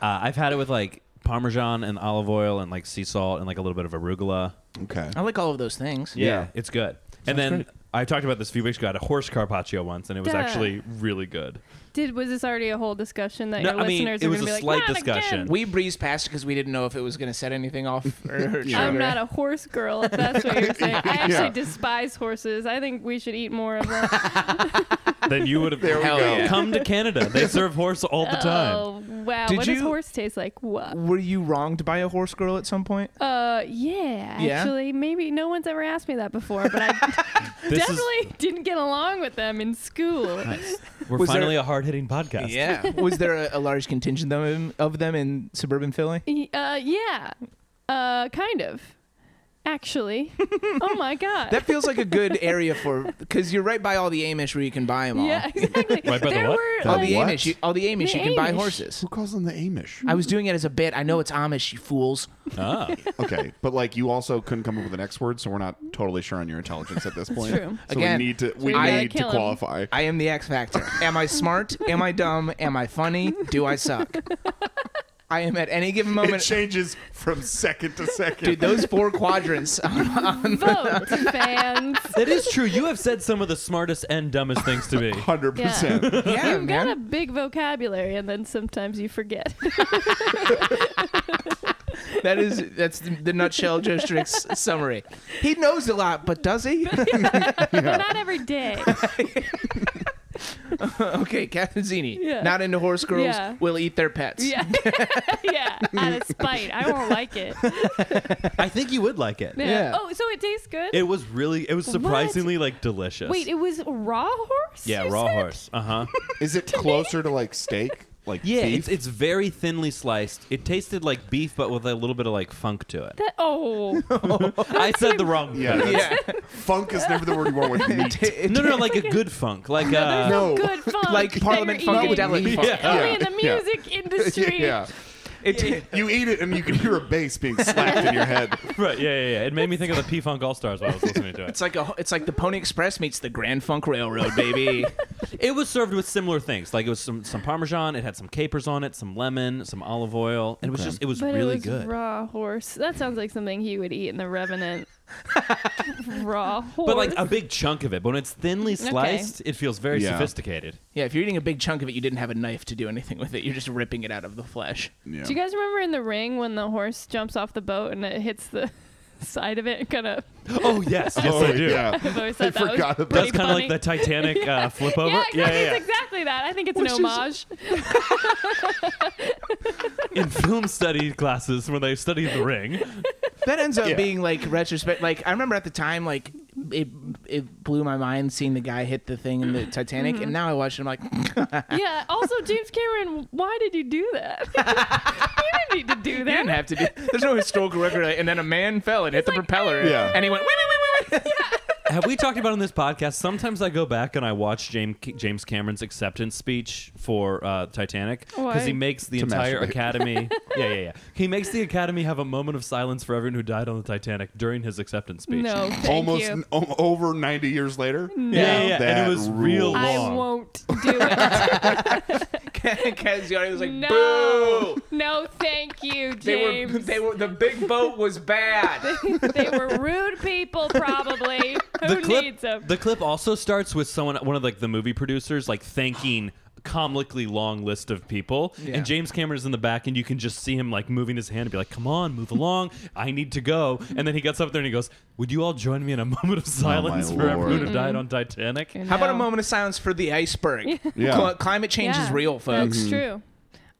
[SPEAKER 1] I've had it with like parmesan and olive oil and like sea salt and like a little bit of arugula.
[SPEAKER 2] Okay.
[SPEAKER 4] I like all of those things.
[SPEAKER 1] Yeah,
[SPEAKER 2] Yeah.
[SPEAKER 1] it's good. and then
[SPEAKER 2] great.
[SPEAKER 1] I talked about this a few weeks ago. I had a horse carpaccio once, and it was
[SPEAKER 3] Duh.
[SPEAKER 1] actually really good.
[SPEAKER 3] Did was this already a whole discussion that
[SPEAKER 1] No,
[SPEAKER 3] your
[SPEAKER 1] I mean,
[SPEAKER 3] listeners
[SPEAKER 1] it
[SPEAKER 3] are
[SPEAKER 1] was
[SPEAKER 3] going to be
[SPEAKER 1] a
[SPEAKER 3] like,
[SPEAKER 1] slight
[SPEAKER 3] "Not
[SPEAKER 1] discussion."
[SPEAKER 3] again."
[SPEAKER 4] We breezed past it because we didn't know if it was going to set anything off. Or,
[SPEAKER 3] I'm not a horse girl, if that's what you're saying. I actually
[SPEAKER 2] Yeah.
[SPEAKER 3] despise horses. I think we should eat more of them.
[SPEAKER 1] then you would have
[SPEAKER 2] There we Hell go. yeah.
[SPEAKER 1] come to Canada. They serve horse all the time.
[SPEAKER 3] Oh wow!
[SPEAKER 4] Did
[SPEAKER 3] what does
[SPEAKER 4] you-
[SPEAKER 3] horse taste like? What?
[SPEAKER 4] Were you wronged by a horse girl at some point?
[SPEAKER 3] Uh, yeah,
[SPEAKER 4] Yeah?
[SPEAKER 3] actually, maybe no one's ever asked me that before, but I
[SPEAKER 1] This is-
[SPEAKER 3] definitely didn't get along with them in school.
[SPEAKER 1] we're
[SPEAKER 4] Was
[SPEAKER 1] finally
[SPEAKER 4] there-
[SPEAKER 1] a hard hitting podcast.
[SPEAKER 4] Yeah. Was there a, a large contingent of them, of them in suburban Philly?
[SPEAKER 3] Y- Uh, yeah, uh, kind of, actually. oh my god.
[SPEAKER 4] That feels like a good area for because you're right by all the Amish where you can buy them all.
[SPEAKER 3] yeah, exactly.
[SPEAKER 1] Right by the
[SPEAKER 3] there
[SPEAKER 1] what?
[SPEAKER 3] were
[SPEAKER 2] By
[SPEAKER 4] All
[SPEAKER 3] like,
[SPEAKER 4] the
[SPEAKER 2] What?
[SPEAKER 4] Amish, you, all the Amish,
[SPEAKER 3] The
[SPEAKER 4] you can buy
[SPEAKER 3] Amish.
[SPEAKER 4] horses.
[SPEAKER 2] Who calls them the Amish?
[SPEAKER 4] I was doing it as a bit. I know it's Amish, you fools.
[SPEAKER 1] Ah.
[SPEAKER 2] okay, but like you also couldn't come up with an X word, so we're not totally sure on your intelligence at this point.
[SPEAKER 3] true.
[SPEAKER 2] So
[SPEAKER 4] Again,
[SPEAKER 2] we need to we
[SPEAKER 3] we gotta
[SPEAKER 2] need to
[SPEAKER 3] kill 'em.
[SPEAKER 2] qualify.
[SPEAKER 4] I am the X Factor. Am I smart? Am I dumb? Am I funny? Do I suck? I am at any given
[SPEAKER 2] It
[SPEAKER 4] moment.
[SPEAKER 2] changes from second to second.
[SPEAKER 4] Dude, those four quadrants.
[SPEAKER 3] vote fans.
[SPEAKER 1] that is true. You have said some of the smartest and dumbest things to me.
[SPEAKER 2] hundred percent.
[SPEAKER 4] yeah,
[SPEAKER 3] You've got a big vocabulary, and then sometimes you forget.
[SPEAKER 4] That is that's the, the nutshell Joe Strick's summary. He knows a lot, but does he?
[SPEAKER 3] but not every day.
[SPEAKER 4] okay, Captain Zini.
[SPEAKER 3] Yeah.
[SPEAKER 4] Not into horse girls.
[SPEAKER 3] Yeah.
[SPEAKER 4] Will eat their pets.
[SPEAKER 3] Yeah, yeah. Out of spite, I won't like it.
[SPEAKER 1] I think you would like it.
[SPEAKER 4] Yeah.
[SPEAKER 3] Oh, so it tastes good.
[SPEAKER 1] It was really, it was surprisingly like delicious.
[SPEAKER 3] Wait, it was raw horse.
[SPEAKER 1] yeah,
[SPEAKER 3] you
[SPEAKER 1] raw
[SPEAKER 3] said?
[SPEAKER 1] horse. Uh huh.
[SPEAKER 2] Is it closer to like steak? Like
[SPEAKER 1] Yeah,
[SPEAKER 2] beef?
[SPEAKER 1] it's, it's very thinly sliced. It tasted like beef, but with a little bit of like funk to it.
[SPEAKER 3] That- oh,
[SPEAKER 1] I said the wrong.
[SPEAKER 2] yeah,
[SPEAKER 1] word.
[SPEAKER 2] that's-
[SPEAKER 4] Yeah.
[SPEAKER 2] Funk is never the word you want with meat.
[SPEAKER 1] No, no, like a good funk, like uh,
[SPEAKER 2] no-
[SPEAKER 3] good fun.
[SPEAKER 4] Like Parliament Funkadelic funk.
[SPEAKER 1] Yeah.
[SPEAKER 3] Only in the
[SPEAKER 2] Yeah.
[SPEAKER 3] music industry.
[SPEAKER 2] yeah,
[SPEAKER 4] It-
[SPEAKER 2] you eat it and you can hear a bass being slapped in your head.
[SPEAKER 1] right? Yeah, yeah, yeah. It made me think of the P Funk All Stars while I was listening to it.
[SPEAKER 4] It's like a it's like the Pony Express meets the Grand Funk Railroad, baby.
[SPEAKER 1] It was served with similar things, like it was some some parmesan. It had some capers on it, some lemon, some olive oil. And it was just, it was
[SPEAKER 3] But
[SPEAKER 1] really
[SPEAKER 3] it was
[SPEAKER 1] good.
[SPEAKER 3] raw horse. That sounds like something he would eat in the Revenant. raw horse.
[SPEAKER 1] But like a big chunk of it. But when it's thinly sliced, it feels very
[SPEAKER 2] Yeah.
[SPEAKER 1] sophisticated.
[SPEAKER 4] yeah, if you're eating a big chunk of it, you didn't have a knife to do anything with it. You're just ripping it out of the flesh.
[SPEAKER 2] Yeah.
[SPEAKER 3] Do you guys remember in the ring when the horse jumps off the boat and it hits the side of it? Kind of.
[SPEAKER 1] Oh yes, yes
[SPEAKER 2] oh,
[SPEAKER 1] I do.
[SPEAKER 2] Yeah.
[SPEAKER 3] I've always
[SPEAKER 2] I
[SPEAKER 3] thought that
[SPEAKER 2] forgot
[SPEAKER 3] was
[SPEAKER 1] That's
[SPEAKER 2] about
[SPEAKER 3] pretty
[SPEAKER 1] kind of like
[SPEAKER 3] funny.
[SPEAKER 1] the Titanic uh, flip over.
[SPEAKER 3] Yeah, exactly. It's exactly that. I think it's an homage.
[SPEAKER 1] In film study classes, when they study The Ring,
[SPEAKER 4] That ends up
[SPEAKER 2] Yeah.
[SPEAKER 4] being like retrospect. Like I remember at the time, like it it blew my mind seeing the guy hit the thing in the Titanic,
[SPEAKER 3] Mm-hmm.
[SPEAKER 4] and now I watch it, I'm like,
[SPEAKER 3] yeah. Also, James Cameron, why did you do that? you didn't need to do that.
[SPEAKER 4] you didn't have to do. There's no historical record. of it. And then a man fell and hit the propeller,
[SPEAKER 2] Yeah.
[SPEAKER 4] and he went, wait, wait, wait, wait, wait.
[SPEAKER 1] have we talked about on this podcast? Sometimes I go back and I watch James James Cameron's acceptance speech for uh, Titanic because he
[SPEAKER 3] Why?
[SPEAKER 1] makes the
[SPEAKER 2] To
[SPEAKER 1] entire
[SPEAKER 2] masturbate.
[SPEAKER 1] Academy. yeah, yeah, yeah. He makes the Academy have a moment of silence for everyone who died on the Titanic during his acceptance speech.
[SPEAKER 3] No, thank
[SPEAKER 2] Almost
[SPEAKER 3] you.
[SPEAKER 2] n- o- over 90 years later.
[SPEAKER 1] Yeah, yeah, yeah.
[SPEAKER 2] That
[SPEAKER 1] and it was real
[SPEAKER 2] rules.
[SPEAKER 3] I
[SPEAKER 1] long.
[SPEAKER 3] won't do it.
[SPEAKER 4] Cassiopeia was like,
[SPEAKER 3] No,
[SPEAKER 4] "Boo!"
[SPEAKER 3] no, thank you,
[SPEAKER 4] They
[SPEAKER 3] James.
[SPEAKER 4] were, they were, the big boat was bad.
[SPEAKER 3] They were rude people, probably. Who
[SPEAKER 1] the clip,
[SPEAKER 3] needs them?
[SPEAKER 1] The clip also starts with someone, one of like the movie producers, like thanking a comically long list of people,
[SPEAKER 4] Yeah.
[SPEAKER 1] and James Cameron's in the back, and you can just see him like moving his hand and be like, "Come on, move along, I need to go." And then he gets up there and he goes, "Would you all join me in a moment of silence for everyone who died on
[SPEAKER 3] Mm-hmm.
[SPEAKER 1] Titanic?"
[SPEAKER 3] You
[SPEAKER 4] How about a
[SPEAKER 3] know.
[SPEAKER 4] moment of silence for the iceberg?
[SPEAKER 2] Yeah.
[SPEAKER 4] Cl- climate change is
[SPEAKER 3] Yeah,
[SPEAKER 4] real, folks.
[SPEAKER 3] That's true.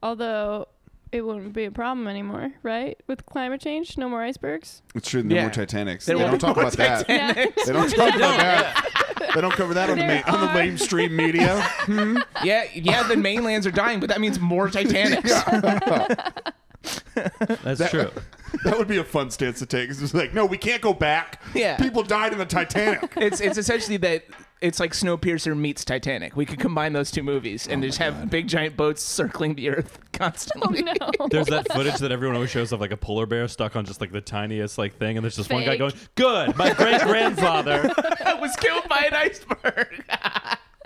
[SPEAKER 3] Although it wouldn't be a problem anymore, right? With climate change, no more icebergs.
[SPEAKER 2] It's true. No
[SPEAKER 4] Yeah.
[SPEAKER 2] more Titanics.
[SPEAKER 4] There
[SPEAKER 2] they
[SPEAKER 4] won't
[SPEAKER 2] don't talk
[SPEAKER 4] be more
[SPEAKER 2] about that.
[SPEAKER 3] Yeah.
[SPEAKER 2] They don't talk about that. They don't cover that on the,
[SPEAKER 3] There
[SPEAKER 2] ma- on the
[SPEAKER 3] are-
[SPEAKER 2] mainstream media.
[SPEAKER 4] Yeah, yeah, the mainlands are dying, but that means more Titanics.
[SPEAKER 1] That's true.
[SPEAKER 2] that would be a fun stance to take. It's just like, no, we can't go back.
[SPEAKER 4] Yeah.
[SPEAKER 2] People died in the Titanic.
[SPEAKER 4] It's it's essentially that it's like Snowpiercer meets Titanic. We could combine those two movies and just have big giant boats circling the earth constantly.
[SPEAKER 3] Oh, No.
[SPEAKER 1] There's that footage that everyone always shows of like a polar bear stuck on just like the tiniest like thing, and there's just one guy
[SPEAKER 3] Fake.
[SPEAKER 1] going, "Good, my great grandfather."
[SPEAKER 4] I was killed by an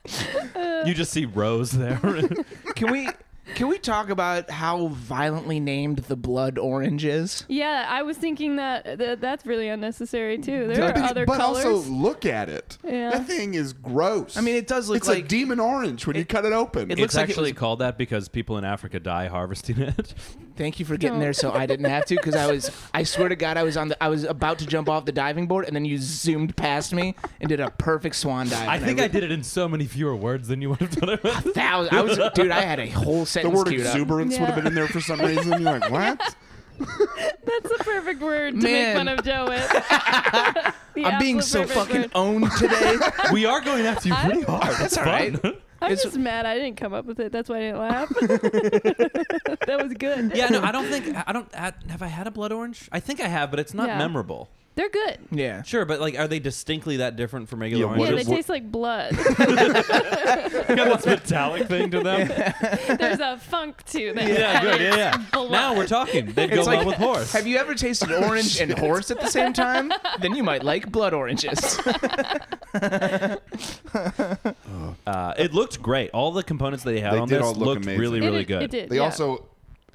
[SPEAKER 4] iceberg.
[SPEAKER 1] you just see Rose there.
[SPEAKER 4] Can we can we talk about how violently named the blood orange is?
[SPEAKER 3] Yeah, I was thinking that, that that's really unnecessary too. There are
[SPEAKER 2] but
[SPEAKER 3] other
[SPEAKER 2] but
[SPEAKER 3] colors.
[SPEAKER 2] also look at it.
[SPEAKER 3] Yeah.
[SPEAKER 2] That thing is gross. I
[SPEAKER 4] mean, it does look
[SPEAKER 2] it's
[SPEAKER 4] like-
[SPEAKER 2] a demon orange when you cut it open.
[SPEAKER 4] it
[SPEAKER 1] it's
[SPEAKER 4] looks like
[SPEAKER 1] actually
[SPEAKER 4] was-
[SPEAKER 1] called that because people in Africa die harvesting it.
[SPEAKER 4] Thank you for getting
[SPEAKER 3] Don't.
[SPEAKER 4] there so I didn't have to because I was I swear to god I was on the I was about to jump off the diving board and then you zoomed past me and did a perfect swan dive.
[SPEAKER 1] I
[SPEAKER 4] and
[SPEAKER 1] think
[SPEAKER 4] re-
[SPEAKER 1] I did it in so many fewer words than you would have done it with.
[SPEAKER 4] thou- I was dude I had a whole
[SPEAKER 2] the
[SPEAKER 4] sentence
[SPEAKER 2] word
[SPEAKER 4] queued up.
[SPEAKER 2] exuberance would have
[SPEAKER 3] Yeah.
[SPEAKER 2] been in there for some reason. You're like, what?
[SPEAKER 3] that's the perfect word to
[SPEAKER 4] Man.
[SPEAKER 3] make fun of Joe with. The
[SPEAKER 4] I'm being
[SPEAKER 3] absolute
[SPEAKER 4] so
[SPEAKER 3] perfect
[SPEAKER 4] fucking
[SPEAKER 3] word.
[SPEAKER 4] owned today.
[SPEAKER 1] we are going after you pretty hard.
[SPEAKER 4] That's all right.
[SPEAKER 3] I'm
[SPEAKER 4] It's-
[SPEAKER 3] just mad I didn't come up with it. That's why I didn't laugh. that was good.
[SPEAKER 1] Yeah, no, I don't think I don't I- have I had a blood orange. I think I have, but it's not
[SPEAKER 3] Yeah.
[SPEAKER 1] memorable.
[SPEAKER 3] They're good.
[SPEAKER 4] Yeah.
[SPEAKER 1] Sure, but like, are they distinctly that different from regular
[SPEAKER 2] Yeah, what
[SPEAKER 3] Yeah,
[SPEAKER 1] oranges?
[SPEAKER 3] they taste like blood.
[SPEAKER 1] Got this metallic thing to them. Yeah,
[SPEAKER 3] There's a funk to them.
[SPEAKER 1] good. Yeah, yeah. Now we're talking. They'd go
[SPEAKER 4] It's like-
[SPEAKER 1] well with horse.
[SPEAKER 4] Have you ever tasted orange and horse at the same time? Then you might like blood oranges.
[SPEAKER 1] uh, it looked great. All the components they had
[SPEAKER 2] They
[SPEAKER 1] on
[SPEAKER 2] did
[SPEAKER 1] this
[SPEAKER 2] all look
[SPEAKER 1] looked
[SPEAKER 2] amazing.
[SPEAKER 1] really,
[SPEAKER 3] It
[SPEAKER 1] really
[SPEAKER 3] did-
[SPEAKER 1] good.
[SPEAKER 3] It did.
[SPEAKER 2] They
[SPEAKER 3] yeah.
[SPEAKER 2] also,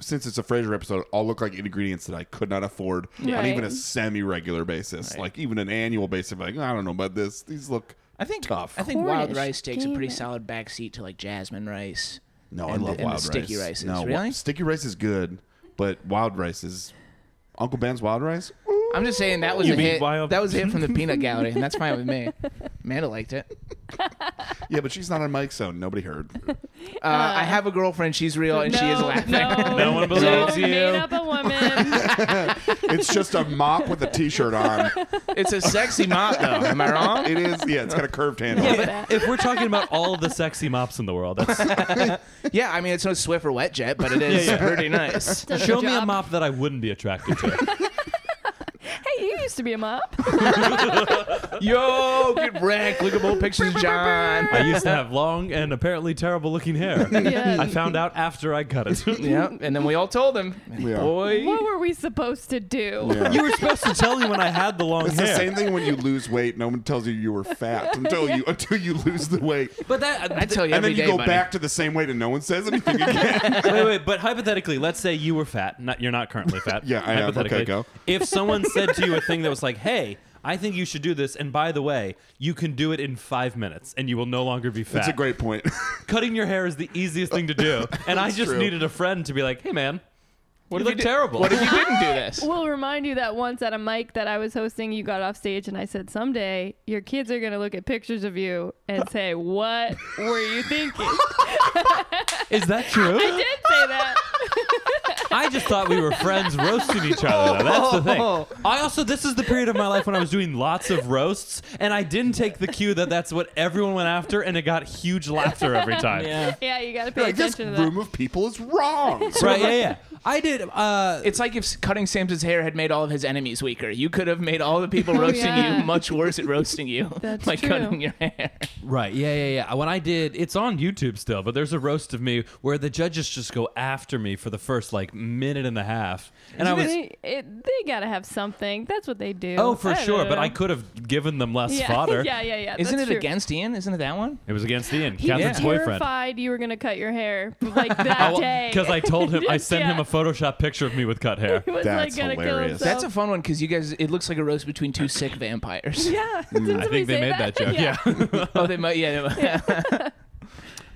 [SPEAKER 2] since it's a Frasier episode, all look like ingredients that I could not afford on
[SPEAKER 3] Right.
[SPEAKER 2] even a semi-regular basis, like even an annual basis. Like I don't know about this. These look.
[SPEAKER 4] I think
[SPEAKER 2] Tough.
[SPEAKER 4] I think wild
[SPEAKER 3] Cornish
[SPEAKER 4] rice takes a
[SPEAKER 3] game
[SPEAKER 4] pretty
[SPEAKER 3] it.
[SPEAKER 4] solid backseat to like jasmine rice.
[SPEAKER 2] No, I
[SPEAKER 4] and
[SPEAKER 2] love
[SPEAKER 4] the, and
[SPEAKER 2] wild
[SPEAKER 4] the sticky
[SPEAKER 2] rice.
[SPEAKER 4] rices.
[SPEAKER 2] No,
[SPEAKER 4] really?
[SPEAKER 2] sticky rice is good, but wild rice is Uncle Ben's wild rice.
[SPEAKER 4] I'm just saying that was
[SPEAKER 1] You
[SPEAKER 4] a
[SPEAKER 1] mean
[SPEAKER 4] hit.
[SPEAKER 1] wild-
[SPEAKER 4] That was a hit from the peanut gallery, and that's fine with me. Amanda liked it.
[SPEAKER 2] Yeah, but she's not on mic, so nobody heard.
[SPEAKER 4] Uh, I have a girlfriend. She's real, and she is
[SPEAKER 3] No,
[SPEAKER 4] laughing.
[SPEAKER 3] No,
[SPEAKER 1] No one believes
[SPEAKER 3] Joe
[SPEAKER 1] you.
[SPEAKER 3] made up a woman.
[SPEAKER 2] It's just a mop with a t-shirt on.
[SPEAKER 4] It's a sexy mop, though. Am I wrong?
[SPEAKER 2] It is. Yeah, it's got a curved handle.
[SPEAKER 1] Yeah, but if we're talking about all of the sexy mops in the world, that's
[SPEAKER 4] Yeah, I mean it's no Swift or Wet Jet, but it is
[SPEAKER 1] Yeah, yeah.
[SPEAKER 4] pretty
[SPEAKER 3] Does
[SPEAKER 4] nice.
[SPEAKER 3] the
[SPEAKER 1] Show me a
[SPEAKER 3] job.
[SPEAKER 1] mop that I wouldn't be attracted to.
[SPEAKER 3] Hey, you used to be a mop.
[SPEAKER 4] Yo, get wrecked. Look at old pictures of John.
[SPEAKER 1] I used to have long and apparently terrible looking hair.
[SPEAKER 3] Yeah.
[SPEAKER 1] I found out after I cut it.
[SPEAKER 4] Yeah, and then we all told him,
[SPEAKER 2] are.
[SPEAKER 4] boy.
[SPEAKER 3] What were we supposed to do?
[SPEAKER 2] Yeah.
[SPEAKER 1] You were supposed to tell me when I had the long
[SPEAKER 2] It's
[SPEAKER 1] hair.
[SPEAKER 2] the same thing when you lose weight. No one tells you you were fat until you until you lose the weight,
[SPEAKER 1] But that
[SPEAKER 4] I tell you
[SPEAKER 2] and
[SPEAKER 4] every
[SPEAKER 2] then you
[SPEAKER 4] day,
[SPEAKER 2] go
[SPEAKER 4] buddy.
[SPEAKER 2] back to the same weight, and no one says anything again.
[SPEAKER 1] wait, wait. But hypothetically, let's say you were fat. Not you're not currently fat.
[SPEAKER 2] Yeah, I am.
[SPEAKER 1] Hypothetically,
[SPEAKER 2] Okay, go.
[SPEAKER 1] If someone said to you a thing that was like, "Hey, I think you should do this," and by the way, you can do it in five minutes, and you will no longer be fat.
[SPEAKER 2] That's a great point.
[SPEAKER 1] Cutting your hair is the easiest thing to do, and I just
[SPEAKER 2] true.
[SPEAKER 1] needed a friend to be like, "Hey, man, what
[SPEAKER 4] What
[SPEAKER 1] you
[SPEAKER 4] if
[SPEAKER 1] look
[SPEAKER 4] you did-
[SPEAKER 1] terrible."
[SPEAKER 4] What if you didn't do this?
[SPEAKER 3] We'll remind you that once at a mic that I was hosting, you got off stage and I said, Someday your kids are going to look at pictures of you and say, What were you thinking?
[SPEAKER 1] is that true?
[SPEAKER 3] I did say that.
[SPEAKER 1] I just thought we were friends roasting each other. Though. That's the thing. I also this is the period of my life when I was doing lots of roasts, and I didn't take the cue that that's what everyone went after, and it got huge laughter every time.
[SPEAKER 4] Yeah.
[SPEAKER 3] Yeah, you got to pay
[SPEAKER 2] like this
[SPEAKER 3] attention to that.
[SPEAKER 2] room of people is wrong.
[SPEAKER 1] Right? Yeah, yeah. I did. Uh,
[SPEAKER 4] It's like if cutting Samson's hair had made all of his enemies weaker. You could have made all the people roasting
[SPEAKER 3] Oh, yeah.
[SPEAKER 4] you much worse at roasting you
[SPEAKER 3] That's
[SPEAKER 4] by
[SPEAKER 3] true.
[SPEAKER 4] cutting your hair.
[SPEAKER 1] right? Yeah, yeah, yeah. When I did, it's on YouTube still, but there's a roast of me where the judges just go after me for the first like minute and a half, and I
[SPEAKER 3] They-
[SPEAKER 1] was
[SPEAKER 3] it- they gotta have something. That's what they do.
[SPEAKER 1] oh for
[SPEAKER 3] I don't
[SPEAKER 1] sure, but
[SPEAKER 3] know.
[SPEAKER 1] I could have given them less
[SPEAKER 3] yeah,
[SPEAKER 1] fodder.
[SPEAKER 3] yeah, yeah, yeah.
[SPEAKER 4] Isn't it
[SPEAKER 3] that's true.
[SPEAKER 4] against Ian? Isn't it that one?
[SPEAKER 1] It was against Ian,
[SPEAKER 3] He
[SPEAKER 1] Catherine's
[SPEAKER 3] was
[SPEAKER 1] boyfriend. Oh,
[SPEAKER 3] terrified you were gonna cut your hair like that day.
[SPEAKER 1] Because I told him I
[SPEAKER 3] Just-
[SPEAKER 1] sent him
[SPEAKER 3] yeah.
[SPEAKER 1] a Photoshop picture of me with cut hair.
[SPEAKER 3] He was
[SPEAKER 2] That's
[SPEAKER 3] like gonna
[SPEAKER 2] hilarious.
[SPEAKER 3] kill
[SPEAKER 4] That's a
[SPEAKER 3] himself.
[SPEAKER 4] fun one because you guys. It looks like a roast between two sick vampires.
[SPEAKER 3] yeah. Didn't
[SPEAKER 1] Mm. I
[SPEAKER 3] somebody
[SPEAKER 1] think they
[SPEAKER 3] say
[SPEAKER 1] made that, joke. Um, Yeah.
[SPEAKER 4] oh, they might. Yeah. They might.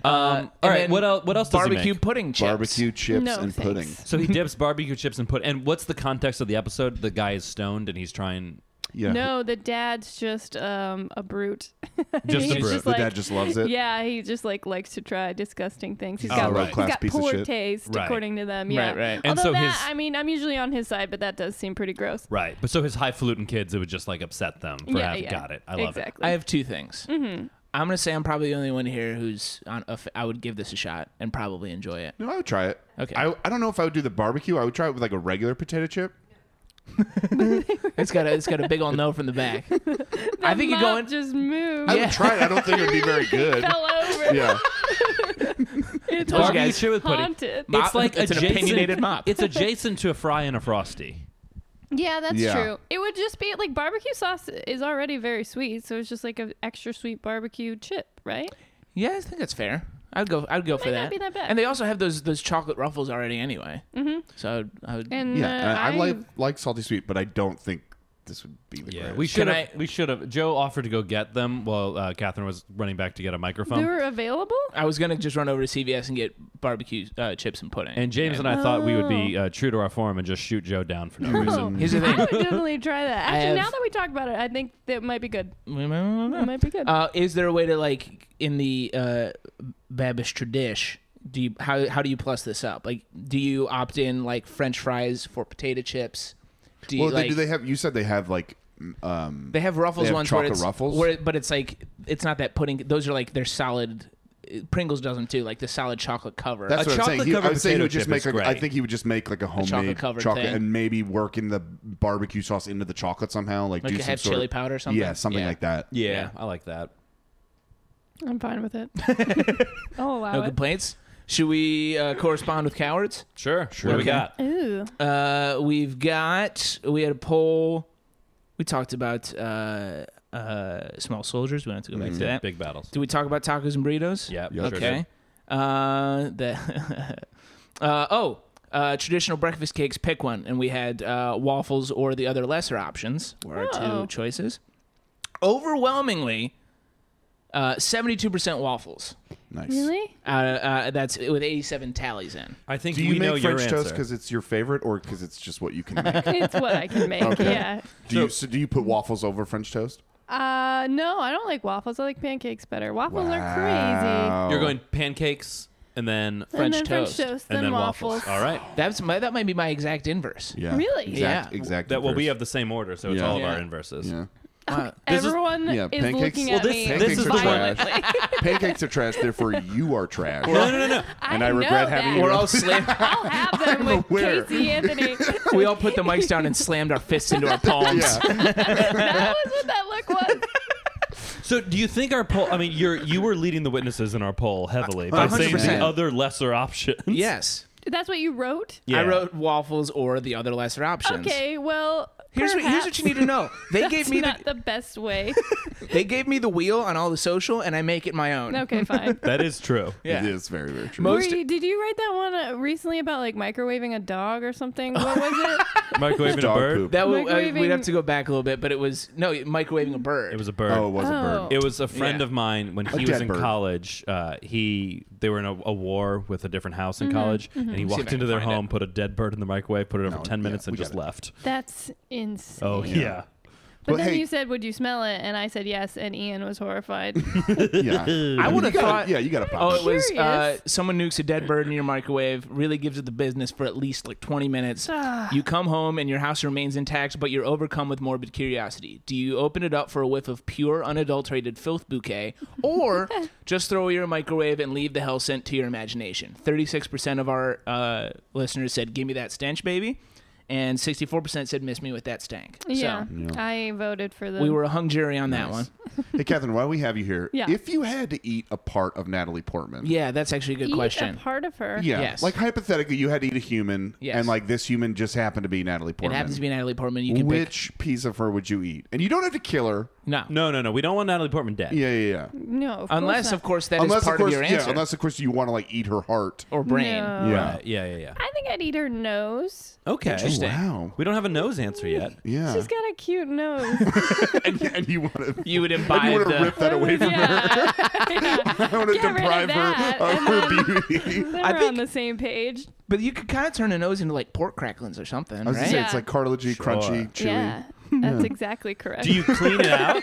[SPEAKER 1] Um, all right.
[SPEAKER 4] Uh, then
[SPEAKER 1] What else? What else? does he make?
[SPEAKER 4] Barbecue pudding chips.
[SPEAKER 2] Barbecue chips
[SPEAKER 3] No,
[SPEAKER 2] and
[SPEAKER 3] thanks.
[SPEAKER 2] pudding.
[SPEAKER 1] So he dips barbecue chips and put. And what's the context of the episode? The guy is stoned and he's trying.
[SPEAKER 2] Yeah.
[SPEAKER 3] No, the dad's just um, a brute.
[SPEAKER 1] Just a
[SPEAKER 3] He's
[SPEAKER 1] brute.
[SPEAKER 2] The dad just loves it.
[SPEAKER 3] Yeah, he just like likes to try disgusting things. He's
[SPEAKER 1] Oh,
[SPEAKER 3] got,
[SPEAKER 1] right.
[SPEAKER 3] he's
[SPEAKER 2] Class
[SPEAKER 3] got
[SPEAKER 2] piece of
[SPEAKER 3] poor
[SPEAKER 2] shit.
[SPEAKER 3] taste,
[SPEAKER 1] Right.
[SPEAKER 3] according to them. Yeah,
[SPEAKER 4] Right, right.
[SPEAKER 1] And
[SPEAKER 3] Although
[SPEAKER 1] so
[SPEAKER 3] that,
[SPEAKER 1] his-
[SPEAKER 3] I mean, I'm usually on his side, but that does seem pretty gross.
[SPEAKER 1] Right. But so his highfalutin kids, it would just like upset them for
[SPEAKER 3] yeah,
[SPEAKER 1] having
[SPEAKER 3] yeah.
[SPEAKER 1] got it. I love it.
[SPEAKER 3] exactly.
[SPEAKER 4] I have two things.
[SPEAKER 3] Mm-hmm.
[SPEAKER 4] I'm gonna say I'm probably the only one here who's on. A f- I would give this a shot and probably enjoy it.
[SPEAKER 2] No, I would try it.
[SPEAKER 4] Okay.
[SPEAKER 2] I, I don't know if I would do the barbecue. I would try it with like a regular potato chip.
[SPEAKER 4] It's got a it's got a big old no from the back. I think you go
[SPEAKER 3] Mom
[SPEAKER 4] in.
[SPEAKER 3] just moved.
[SPEAKER 2] I
[SPEAKER 4] Yeah.
[SPEAKER 2] would try it. I don't think it would be very good.
[SPEAKER 3] Fell over.
[SPEAKER 2] yeah.
[SPEAKER 3] It's
[SPEAKER 4] Those
[SPEAKER 3] all
[SPEAKER 1] Barbecue
[SPEAKER 4] guys-
[SPEAKER 1] chip with pudding.
[SPEAKER 3] haunted.
[SPEAKER 4] Mop.
[SPEAKER 1] It's like
[SPEAKER 4] It's an
[SPEAKER 1] adjacent,
[SPEAKER 4] opinionated mop.
[SPEAKER 1] It's adjacent to a fry and a frosty.
[SPEAKER 3] Yeah, that's
[SPEAKER 2] Yeah.
[SPEAKER 3] true. It would just be like barbecue sauce is already very sweet, so it's just like an extra sweet barbecue chip, right?
[SPEAKER 4] Yeah, I think that's fair. I'd go. I'd go for
[SPEAKER 3] Might not
[SPEAKER 4] that.
[SPEAKER 3] be that bad.
[SPEAKER 4] And they also have those those chocolate ruffles already anyway. Mm-hmm. So I would. I would
[SPEAKER 3] And
[SPEAKER 2] Yeah.
[SPEAKER 3] uh,
[SPEAKER 2] and I, I like like salty sweet, but I don't think this would be the greatest.
[SPEAKER 1] We should
[SPEAKER 4] Can
[SPEAKER 1] have.
[SPEAKER 4] I-
[SPEAKER 1] We should have. Joe offered to go get them while uh, Catherine was running back to get a
[SPEAKER 3] they
[SPEAKER 1] microphone.
[SPEAKER 3] were available.
[SPEAKER 4] I was gonna just run over to CVS and get barbecue uh, chips and pudding.
[SPEAKER 1] and James and I thought we would be uh, true to our form and just shoot Joe down for no reason.
[SPEAKER 4] Here's the
[SPEAKER 3] Oh, I
[SPEAKER 4] thing.
[SPEAKER 3] would definitely try that. Actually,
[SPEAKER 4] have-
[SPEAKER 3] now that we talk about it, I think that might be good. It
[SPEAKER 4] Uh,
[SPEAKER 3] might be good.
[SPEAKER 4] is there a way to like in the uh, Babish tradish? Do you how how do you plus this up? Like, do you opt in like French fries for potato chips? Do you
[SPEAKER 2] Well, they,
[SPEAKER 4] like
[SPEAKER 2] do they have? You said they have like. m- Um,
[SPEAKER 4] they have ruffles
[SPEAKER 2] they have
[SPEAKER 4] ones where
[SPEAKER 2] chocolate
[SPEAKER 4] it's
[SPEAKER 2] Ruffles?
[SPEAKER 4] where it- but it's like it's not that pudding. Those are like they're solid. Pringles does them too, like the solid chocolate cover. Uh,
[SPEAKER 2] That's
[SPEAKER 1] A
[SPEAKER 2] what I'm saying. He, I
[SPEAKER 1] chocolate-covered
[SPEAKER 2] would say he
[SPEAKER 1] potato
[SPEAKER 2] would just
[SPEAKER 1] chip
[SPEAKER 2] make.
[SPEAKER 1] is
[SPEAKER 2] Like, I
[SPEAKER 1] great.
[SPEAKER 2] think he would just make like a homemade
[SPEAKER 4] chocolate-covered
[SPEAKER 2] chocolate
[SPEAKER 4] thing.
[SPEAKER 2] and maybe work in the barbecue sauce into the chocolate somehow. Like,
[SPEAKER 4] Like
[SPEAKER 2] do
[SPEAKER 4] you
[SPEAKER 2] some
[SPEAKER 4] have
[SPEAKER 2] sort
[SPEAKER 4] chili
[SPEAKER 2] of-
[SPEAKER 4] powder or something?
[SPEAKER 2] Yeah, something
[SPEAKER 4] Yeah.
[SPEAKER 2] like that.
[SPEAKER 1] Yeah,
[SPEAKER 4] Yeah.
[SPEAKER 1] I like that.
[SPEAKER 3] I'm fine with it. I'll allow
[SPEAKER 4] no
[SPEAKER 3] it.
[SPEAKER 4] complaints. Should we uh, correspond with cowards?
[SPEAKER 1] Sure, sure. What do we
[SPEAKER 4] Okay.
[SPEAKER 1] got?
[SPEAKER 3] Ooh.
[SPEAKER 4] Uh, we've got we had a poll. We talked about uh, uh, small soldiers. We don't have to go
[SPEAKER 2] Mm-hmm.
[SPEAKER 4] back to that.
[SPEAKER 1] Big battles.
[SPEAKER 4] Did we talk about tacos and burritos?
[SPEAKER 1] Yeah.
[SPEAKER 2] Yeah.
[SPEAKER 1] sure
[SPEAKER 4] Okay.
[SPEAKER 1] do.
[SPEAKER 4] Uh, the uh, oh, uh, traditional breakfast cakes. Pick one, and we had uh, waffles or the other lesser options were our
[SPEAKER 3] Oh.
[SPEAKER 4] two choices. Overwhelmingly, uh, seventy-two percent waffles.
[SPEAKER 2] Nice.
[SPEAKER 3] Really?
[SPEAKER 4] Uh, uh, that's with eighty-seven tallies in.
[SPEAKER 1] I think
[SPEAKER 2] Do you
[SPEAKER 1] we know
[SPEAKER 2] make
[SPEAKER 1] your
[SPEAKER 2] French toast
[SPEAKER 1] answer.
[SPEAKER 2] because it's your favorite, or because it's just what you can make?
[SPEAKER 3] it's what I can make.
[SPEAKER 2] Okay.
[SPEAKER 3] Yeah.
[SPEAKER 2] do you so do you put waffles over French toast?
[SPEAKER 3] Uh, no, I don't like waffles. I like pancakes better. Waffles are crazy.
[SPEAKER 2] Wow.
[SPEAKER 1] You're going pancakes and then
[SPEAKER 3] and
[SPEAKER 4] French
[SPEAKER 3] then
[SPEAKER 4] toast,
[SPEAKER 3] French toast,
[SPEAKER 1] and
[SPEAKER 3] then,
[SPEAKER 1] then
[SPEAKER 3] waffles.
[SPEAKER 1] waffles. All right.
[SPEAKER 4] That's my, that might be my exact inverse.
[SPEAKER 2] Yeah.
[SPEAKER 3] Really?
[SPEAKER 2] Exact,
[SPEAKER 4] Yeah.
[SPEAKER 2] Exact.
[SPEAKER 1] That well, we have
[SPEAKER 2] inverse.
[SPEAKER 1] the same order, so it's
[SPEAKER 2] Yeah.
[SPEAKER 1] all of our
[SPEAKER 4] Yeah.
[SPEAKER 1] inverses.
[SPEAKER 2] Yeah.
[SPEAKER 1] This is-
[SPEAKER 3] Everyone is,
[SPEAKER 2] yeah, pancakes-
[SPEAKER 3] looking
[SPEAKER 2] Well,
[SPEAKER 3] at
[SPEAKER 1] this-
[SPEAKER 3] me.
[SPEAKER 1] this is
[SPEAKER 2] Pancakes are
[SPEAKER 1] the one-
[SPEAKER 2] trash. Pancakes are trash. Therefore, you are trash.
[SPEAKER 1] No, no, no, no.
[SPEAKER 2] and I
[SPEAKER 3] know
[SPEAKER 2] regret having
[SPEAKER 3] that.
[SPEAKER 2] you
[SPEAKER 4] We're all slam-
[SPEAKER 3] I'll have them
[SPEAKER 2] I'm
[SPEAKER 3] with
[SPEAKER 2] aware.
[SPEAKER 3] Casey Anthony.
[SPEAKER 4] we all put the mics down and slammed our fists into our palms.
[SPEAKER 2] Yeah.
[SPEAKER 3] that was what that look was.
[SPEAKER 1] So, do you think our poll? I mean, you're you were leading the witnesses in our poll heavily by saying the
[SPEAKER 2] 100%.
[SPEAKER 1] other lesser options.
[SPEAKER 4] Yes.
[SPEAKER 3] That's what you wrote.
[SPEAKER 1] Yeah.
[SPEAKER 4] I wrote waffles or the other lesser options.
[SPEAKER 3] Okay, well,
[SPEAKER 4] Here's what, here's what you need to know. They
[SPEAKER 3] Gave
[SPEAKER 4] gave me the,
[SPEAKER 3] not the best way.
[SPEAKER 4] they gave me the wheel on all the social, and I make it my own.
[SPEAKER 3] Okay, fine.
[SPEAKER 1] That is true.
[SPEAKER 4] Yeah.
[SPEAKER 2] It is very very true.
[SPEAKER 4] Most-
[SPEAKER 3] Were you- did you write that one uh, recently about like microwaving a dog or something? What was it?
[SPEAKER 1] Microwaving a
[SPEAKER 2] Dog
[SPEAKER 1] bird.
[SPEAKER 2] poop.
[SPEAKER 4] That will, uh,
[SPEAKER 3] Microwaving-
[SPEAKER 4] we'd have to go back a little bit, but it was no microwaving a bird.
[SPEAKER 1] It was a bird.
[SPEAKER 2] oh, it was a bird.
[SPEAKER 3] Oh.
[SPEAKER 1] It was a friend
[SPEAKER 4] Yeah.
[SPEAKER 1] of mine when he was
[SPEAKER 2] dead
[SPEAKER 1] in
[SPEAKER 2] bird.
[SPEAKER 1] college. Uh, he they were in a, a war with a different house
[SPEAKER 3] Mm-hmm.
[SPEAKER 1] in college, and he
[SPEAKER 4] if I
[SPEAKER 1] walked
[SPEAKER 4] can
[SPEAKER 1] into their
[SPEAKER 4] find
[SPEAKER 1] home, put a dead bird in the microwave, put it over
[SPEAKER 2] No,
[SPEAKER 1] ten
[SPEAKER 2] yeah,
[SPEAKER 1] minutes, and
[SPEAKER 2] we got
[SPEAKER 1] just
[SPEAKER 2] it.
[SPEAKER 1] left.
[SPEAKER 3] That's insane.
[SPEAKER 1] Oh yeah.
[SPEAKER 3] But
[SPEAKER 2] Well,
[SPEAKER 3] then
[SPEAKER 2] hey-
[SPEAKER 3] you said, "Would you smell it?" And I said yes, and Ian was horrified.
[SPEAKER 2] Yeah.
[SPEAKER 4] I would have
[SPEAKER 2] You gotta-
[SPEAKER 4] thought.
[SPEAKER 2] yeah, you got to
[SPEAKER 4] Oh,
[SPEAKER 2] pop.
[SPEAKER 4] it was uh,
[SPEAKER 3] Curious.
[SPEAKER 4] someone nukes a dead bird in your microwave. Really gives it the business for at least like 20 minutes.
[SPEAKER 3] Ah.
[SPEAKER 4] you come home and your house remains intact, but you're overcome with morbid curiosity. Do you open it up for a whiff of pure, unadulterated filth bouquet, or just throw your microwave and leave the hell scent to your imagination? 36% of our uh, listeners said, "Give me that stench, baby." and 64% said miss me with that stank.
[SPEAKER 3] Yeah,
[SPEAKER 4] So
[SPEAKER 3] I voted for the.
[SPEAKER 4] we were a hung jury on that one.
[SPEAKER 2] Hey, Catherine, while we have you here,
[SPEAKER 3] Yeah.
[SPEAKER 2] if you had to eat a part of Natalie Portman,
[SPEAKER 4] Yeah, that's actually a good
[SPEAKER 3] eat
[SPEAKER 4] question.
[SPEAKER 3] a part of her.
[SPEAKER 2] yeah,
[SPEAKER 4] Yes.
[SPEAKER 2] like hypothetically, you had to eat a human,
[SPEAKER 4] Yes.
[SPEAKER 2] and like this human just happened to be Natalie
[SPEAKER 4] it
[SPEAKER 2] Portman.
[SPEAKER 4] happens to be Natalie Portman. You can pick.
[SPEAKER 2] Which piece of her would you eat? And you don't have to kill her.
[SPEAKER 4] No.
[SPEAKER 1] No, no, no. We don't want Natalie Portman dead.
[SPEAKER 2] Yeah, yeah, yeah.
[SPEAKER 3] No, of
[SPEAKER 4] Unless,
[SPEAKER 3] course
[SPEAKER 4] of course, that is
[SPEAKER 2] unless
[SPEAKER 4] part
[SPEAKER 2] of course,
[SPEAKER 4] of your answer. Oh,
[SPEAKER 2] yeah. Unless of course you want to like eat her heart.
[SPEAKER 4] or brain.
[SPEAKER 3] No.
[SPEAKER 2] yeah.
[SPEAKER 1] Uh, yeah, yeah, yeah.
[SPEAKER 3] I think I'd eat her nose.
[SPEAKER 1] Okay.
[SPEAKER 4] Interesting.
[SPEAKER 2] Wow.
[SPEAKER 1] We don't have a nose answer yet.
[SPEAKER 2] Yeah.
[SPEAKER 3] She's got a cute nose.
[SPEAKER 2] and, and you want to.
[SPEAKER 4] You would
[SPEAKER 2] And you
[SPEAKER 4] imbibe
[SPEAKER 2] want to
[SPEAKER 4] the.
[SPEAKER 2] rip that away from
[SPEAKER 3] yeah. yeah.
[SPEAKER 2] her. I want to
[SPEAKER 3] Get rid of
[SPEAKER 2] deprive
[SPEAKER 3] that,
[SPEAKER 2] her of
[SPEAKER 3] and
[SPEAKER 2] her beauty.
[SPEAKER 3] Then
[SPEAKER 4] I
[SPEAKER 3] we're on
[SPEAKER 4] think-
[SPEAKER 3] the same page.
[SPEAKER 4] But you could kind of turn a nose into like pork cracklings or something,
[SPEAKER 2] I was
[SPEAKER 4] right?
[SPEAKER 2] gonna say
[SPEAKER 3] Yeah.
[SPEAKER 2] it's like cartilagey, crunchy, chewy.
[SPEAKER 3] Yeah, that's exactly correct.
[SPEAKER 1] Do you clean it out?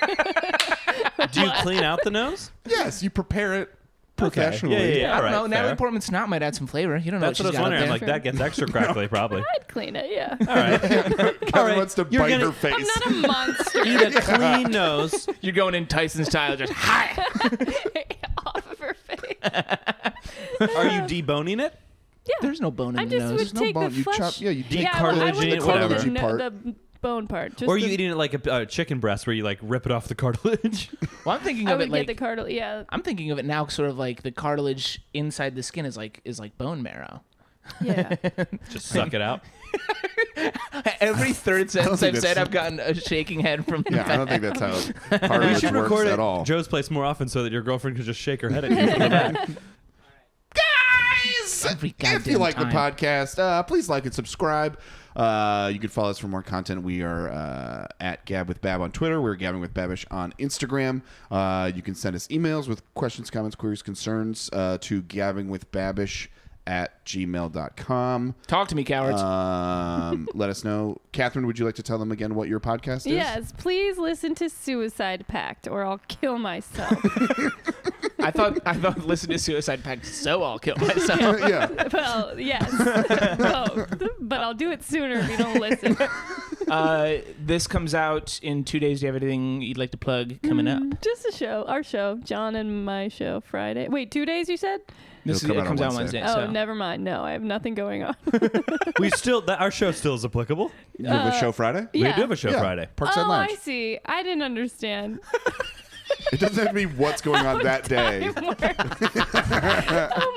[SPEAKER 1] Do you clean out the nose?
[SPEAKER 2] Yes, you prepare it professionally.
[SPEAKER 1] Yeah, yeah, yeah.
[SPEAKER 4] I
[SPEAKER 1] All
[SPEAKER 4] don't
[SPEAKER 1] right,
[SPEAKER 4] know. Natalie
[SPEAKER 1] fair.
[SPEAKER 4] Portman's snot might add some flavor. You don't know.
[SPEAKER 1] That's what I
[SPEAKER 4] what
[SPEAKER 1] was
[SPEAKER 4] she's got
[SPEAKER 1] wondering. I'm
[SPEAKER 4] up
[SPEAKER 1] like,
[SPEAKER 4] there.
[SPEAKER 1] that gets extra crackly, probably.
[SPEAKER 3] I'd clean it. Yeah.
[SPEAKER 1] All right. All
[SPEAKER 2] Kevin wants to
[SPEAKER 1] You're
[SPEAKER 2] bite
[SPEAKER 1] gonna-
[SPEAKER 2] her face.
[SPEAKER 3] I'm not a monster.
[SPEAKER 1] Eat a clean nose.
[SPEAKER 4] You're going in Tyson style, just hi.
[SPEAKER 3] off of her face.
[SPEAKER 1] Are you deboning it?
[SPEAKER 4] There's no bone in
[SPEAKER 3] I
[SPEAKER 4] the
[SPEAKER 3] just
[SPEAKER 4] nose.
[SPEAKER 3] would
[SPEAKER 2] no
[SPEAKER 3] take
[SPEAKER 2] bone.
[SPEAKER 3] the
[SPEAKER 2] You
[SPEAKER 3] flesh.
[SPEAKER 2] chop- yeah, you take
[SPEAKER 3] yeah, well, I
[SPEAKER 1] cartilage
[SPEAKER 3] wouldn't
[SPEAKER 1] and
[SPEAKER 3] take
[SPEAKER 1] whatever.
[SPEAKER 3] The, no-
[SPEAKER 2] part.
[SPEAKER 3] the b- bone part. Just
[SPEAKER 1] Or are you
[SPEAKER 3] the,
[SPEAKER 1] eating it like a uh, chicken breast where you like rip it off the cartilage?
[SPEAKER 4] Well, I'm thinking
[SPEAKER 3] I
[SPEAKER 4] of
[SPEAKER 3] would
[SPEAKER 4] it like
[SPEAKER 3] get the cartilage. Yeah,
[SPEAKER 4] I'm thinking of it now, sort of like the cartilage inside the skin is like is like bone marrow.
[SPEAKER 3] yeah.
[SPEAKER 1] Just suck it out.
[SPEAKER 4] Every third sentence
[SPEAKER 2] think
[SPEAKER 4] I've said,
[SPEAKER 2] that's-
[SPEAKER 4] I've gotten a shaking head from.
[SPEAKER 2] Yeah, I don't think that's how cartilage
[SPEAKER 1] You should
[SPEAKER 2] works
[SPEAKER 1] record
[SPEAKER 2] at all.
[SPEAKER 1] it Joe's place more often so that your girlfriend could just shake her head at you. from the back.
[SPEAKER 2] Guys,
[SPEAKER 4] Every
[SPEAKER 2] if you
[SPEAKER 4] goddamn
[SPEAKER 2] like the
[SPEAKER 4] time.
[SPEAKER 2] podcast, uh, please like and subscribe. Uh, you can follow us for more content. We are uh, at Gab with Bab on Twitter. We're Gabbing with Babish on Instagram. Uh, you can send us emails with questions, comments, queries, concerns uh, to gabbingwithbabish at gmail.com.
[SPEAKER 4] Talk to me, cowards.
[SPEAKER 2] Um, let us know. Catherine, would you like to tell them again what your podcast is?
[SPEAKER 3] yes, please listen to Suicide Pact, or I'll kill myself.
[SPEAKER 4] I thought I thought listen to Suicide Pact, so I'll kill myself.
[SPEAKER 2] yeah.
[SPEAKER 3] well, yes, both. But I'll do it sooner if you don't listen.
[SPEAKER 4] uh, this comes out in two days. Do you have anything you'd like to plug coming up?
[SPEAKER 3] Just a show, our show, John and my show, Friday. Wait, two days you said?
[SPEAKER 4] This
[SPEAKER 2] It'll come
[SPEAKER 4] is, it
[SPEAKER 2] out
[SPEAKER 4] comes
[SPEAKER 2] on
[SPEAKER 4] out
[SPEAKER 2] Wednesday.
[SPEAKER 4] Wednesday.
[SPEAKER 3] Oh,
[SPEAKER 4] so.
[SPEAKER 3] never mind. No, I have nothing going on.
[SPEAKER 1] we still that our show still is applicable.
[SPEAKER 2] You have a show Friday?
[SPEAKER 1] We
[SPEAKER 3] Uh, Yeah.
[SPEAKER 1] do have a show
[SPEAKER 2] Yeah.
[SPEAKER 1] Friday.
[SPEAKER 2] Parkside
[SPEAKER 3] oh,
[SPEAKER 2] Lounge.
[SPEAKER 3] I see. I didn't understand.
[SPEAKER 2] It doesn't have to be what's going on that day.
[SPEAKER 3] oh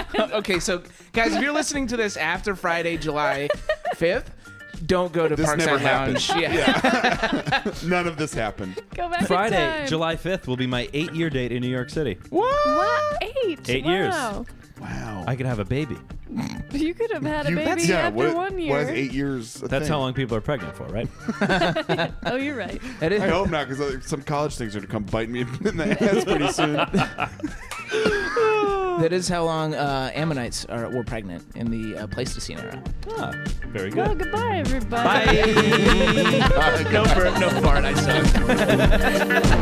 [SPEAKER 3] my god.
[SPEAKER 4] okay, so guys, if you're listening to this after Friday, July 5th, don't go to
[SPEAKER 2] This
[SPEAKER 4] Parkside
[SPEAKER 2] never
[SPEAKER 4] Lounge. Yeah.
[SPEAKER 2] None of this happened.
[SPEAKER 3] Go back in
[SPEAKER 1] Friday,
[SPEAKER 3] time.
[SPEAKER 1] July 5th will be my eight year date in New York City.
[SPEAKER 3] What? Eight.
[SPEAKER 1] Eight years.
[SPEAKER 3] wow.
[SPEAKER 2] Wow.
[SPEAKER 1] I could have a baby.
[SPEAKER 3] You could have had a
[SPEAKER 2] You-
[SPEAKER 3] baby
[SPEAKER 2] yeah,
[SPEAKER 3] after
[SPEAKER 2] what-
[SPEAKER 3] one
[SPEAKER 2] What is
[SPEAKER 3] year.
[SPEAKER 2] eight years? a
[SPEAKER 1] That's
[SPEAKER 2] thing?
[SPEAKER 1] how long people are pregnant for, right?
[SPEAKER 3] oh, you're right.
[SPEAKER 4] That is-
[SPEAKER 2] I hope not, because some college things are going to come bite me in the ass pretty soon.
[SPEAKER 4] That is how long uh, Ammonites are, were pregnant in the uh, Pleistocene era.
[SPEAKER 1] Ah, very
[SPEAKER 3] Well,
[SPEAKER 1] good.
[SPEAKER 3] goodbye, everybody.
[SPEAKER 1] Bye.
[SPEAKER 4] no burp, no fart, I suck.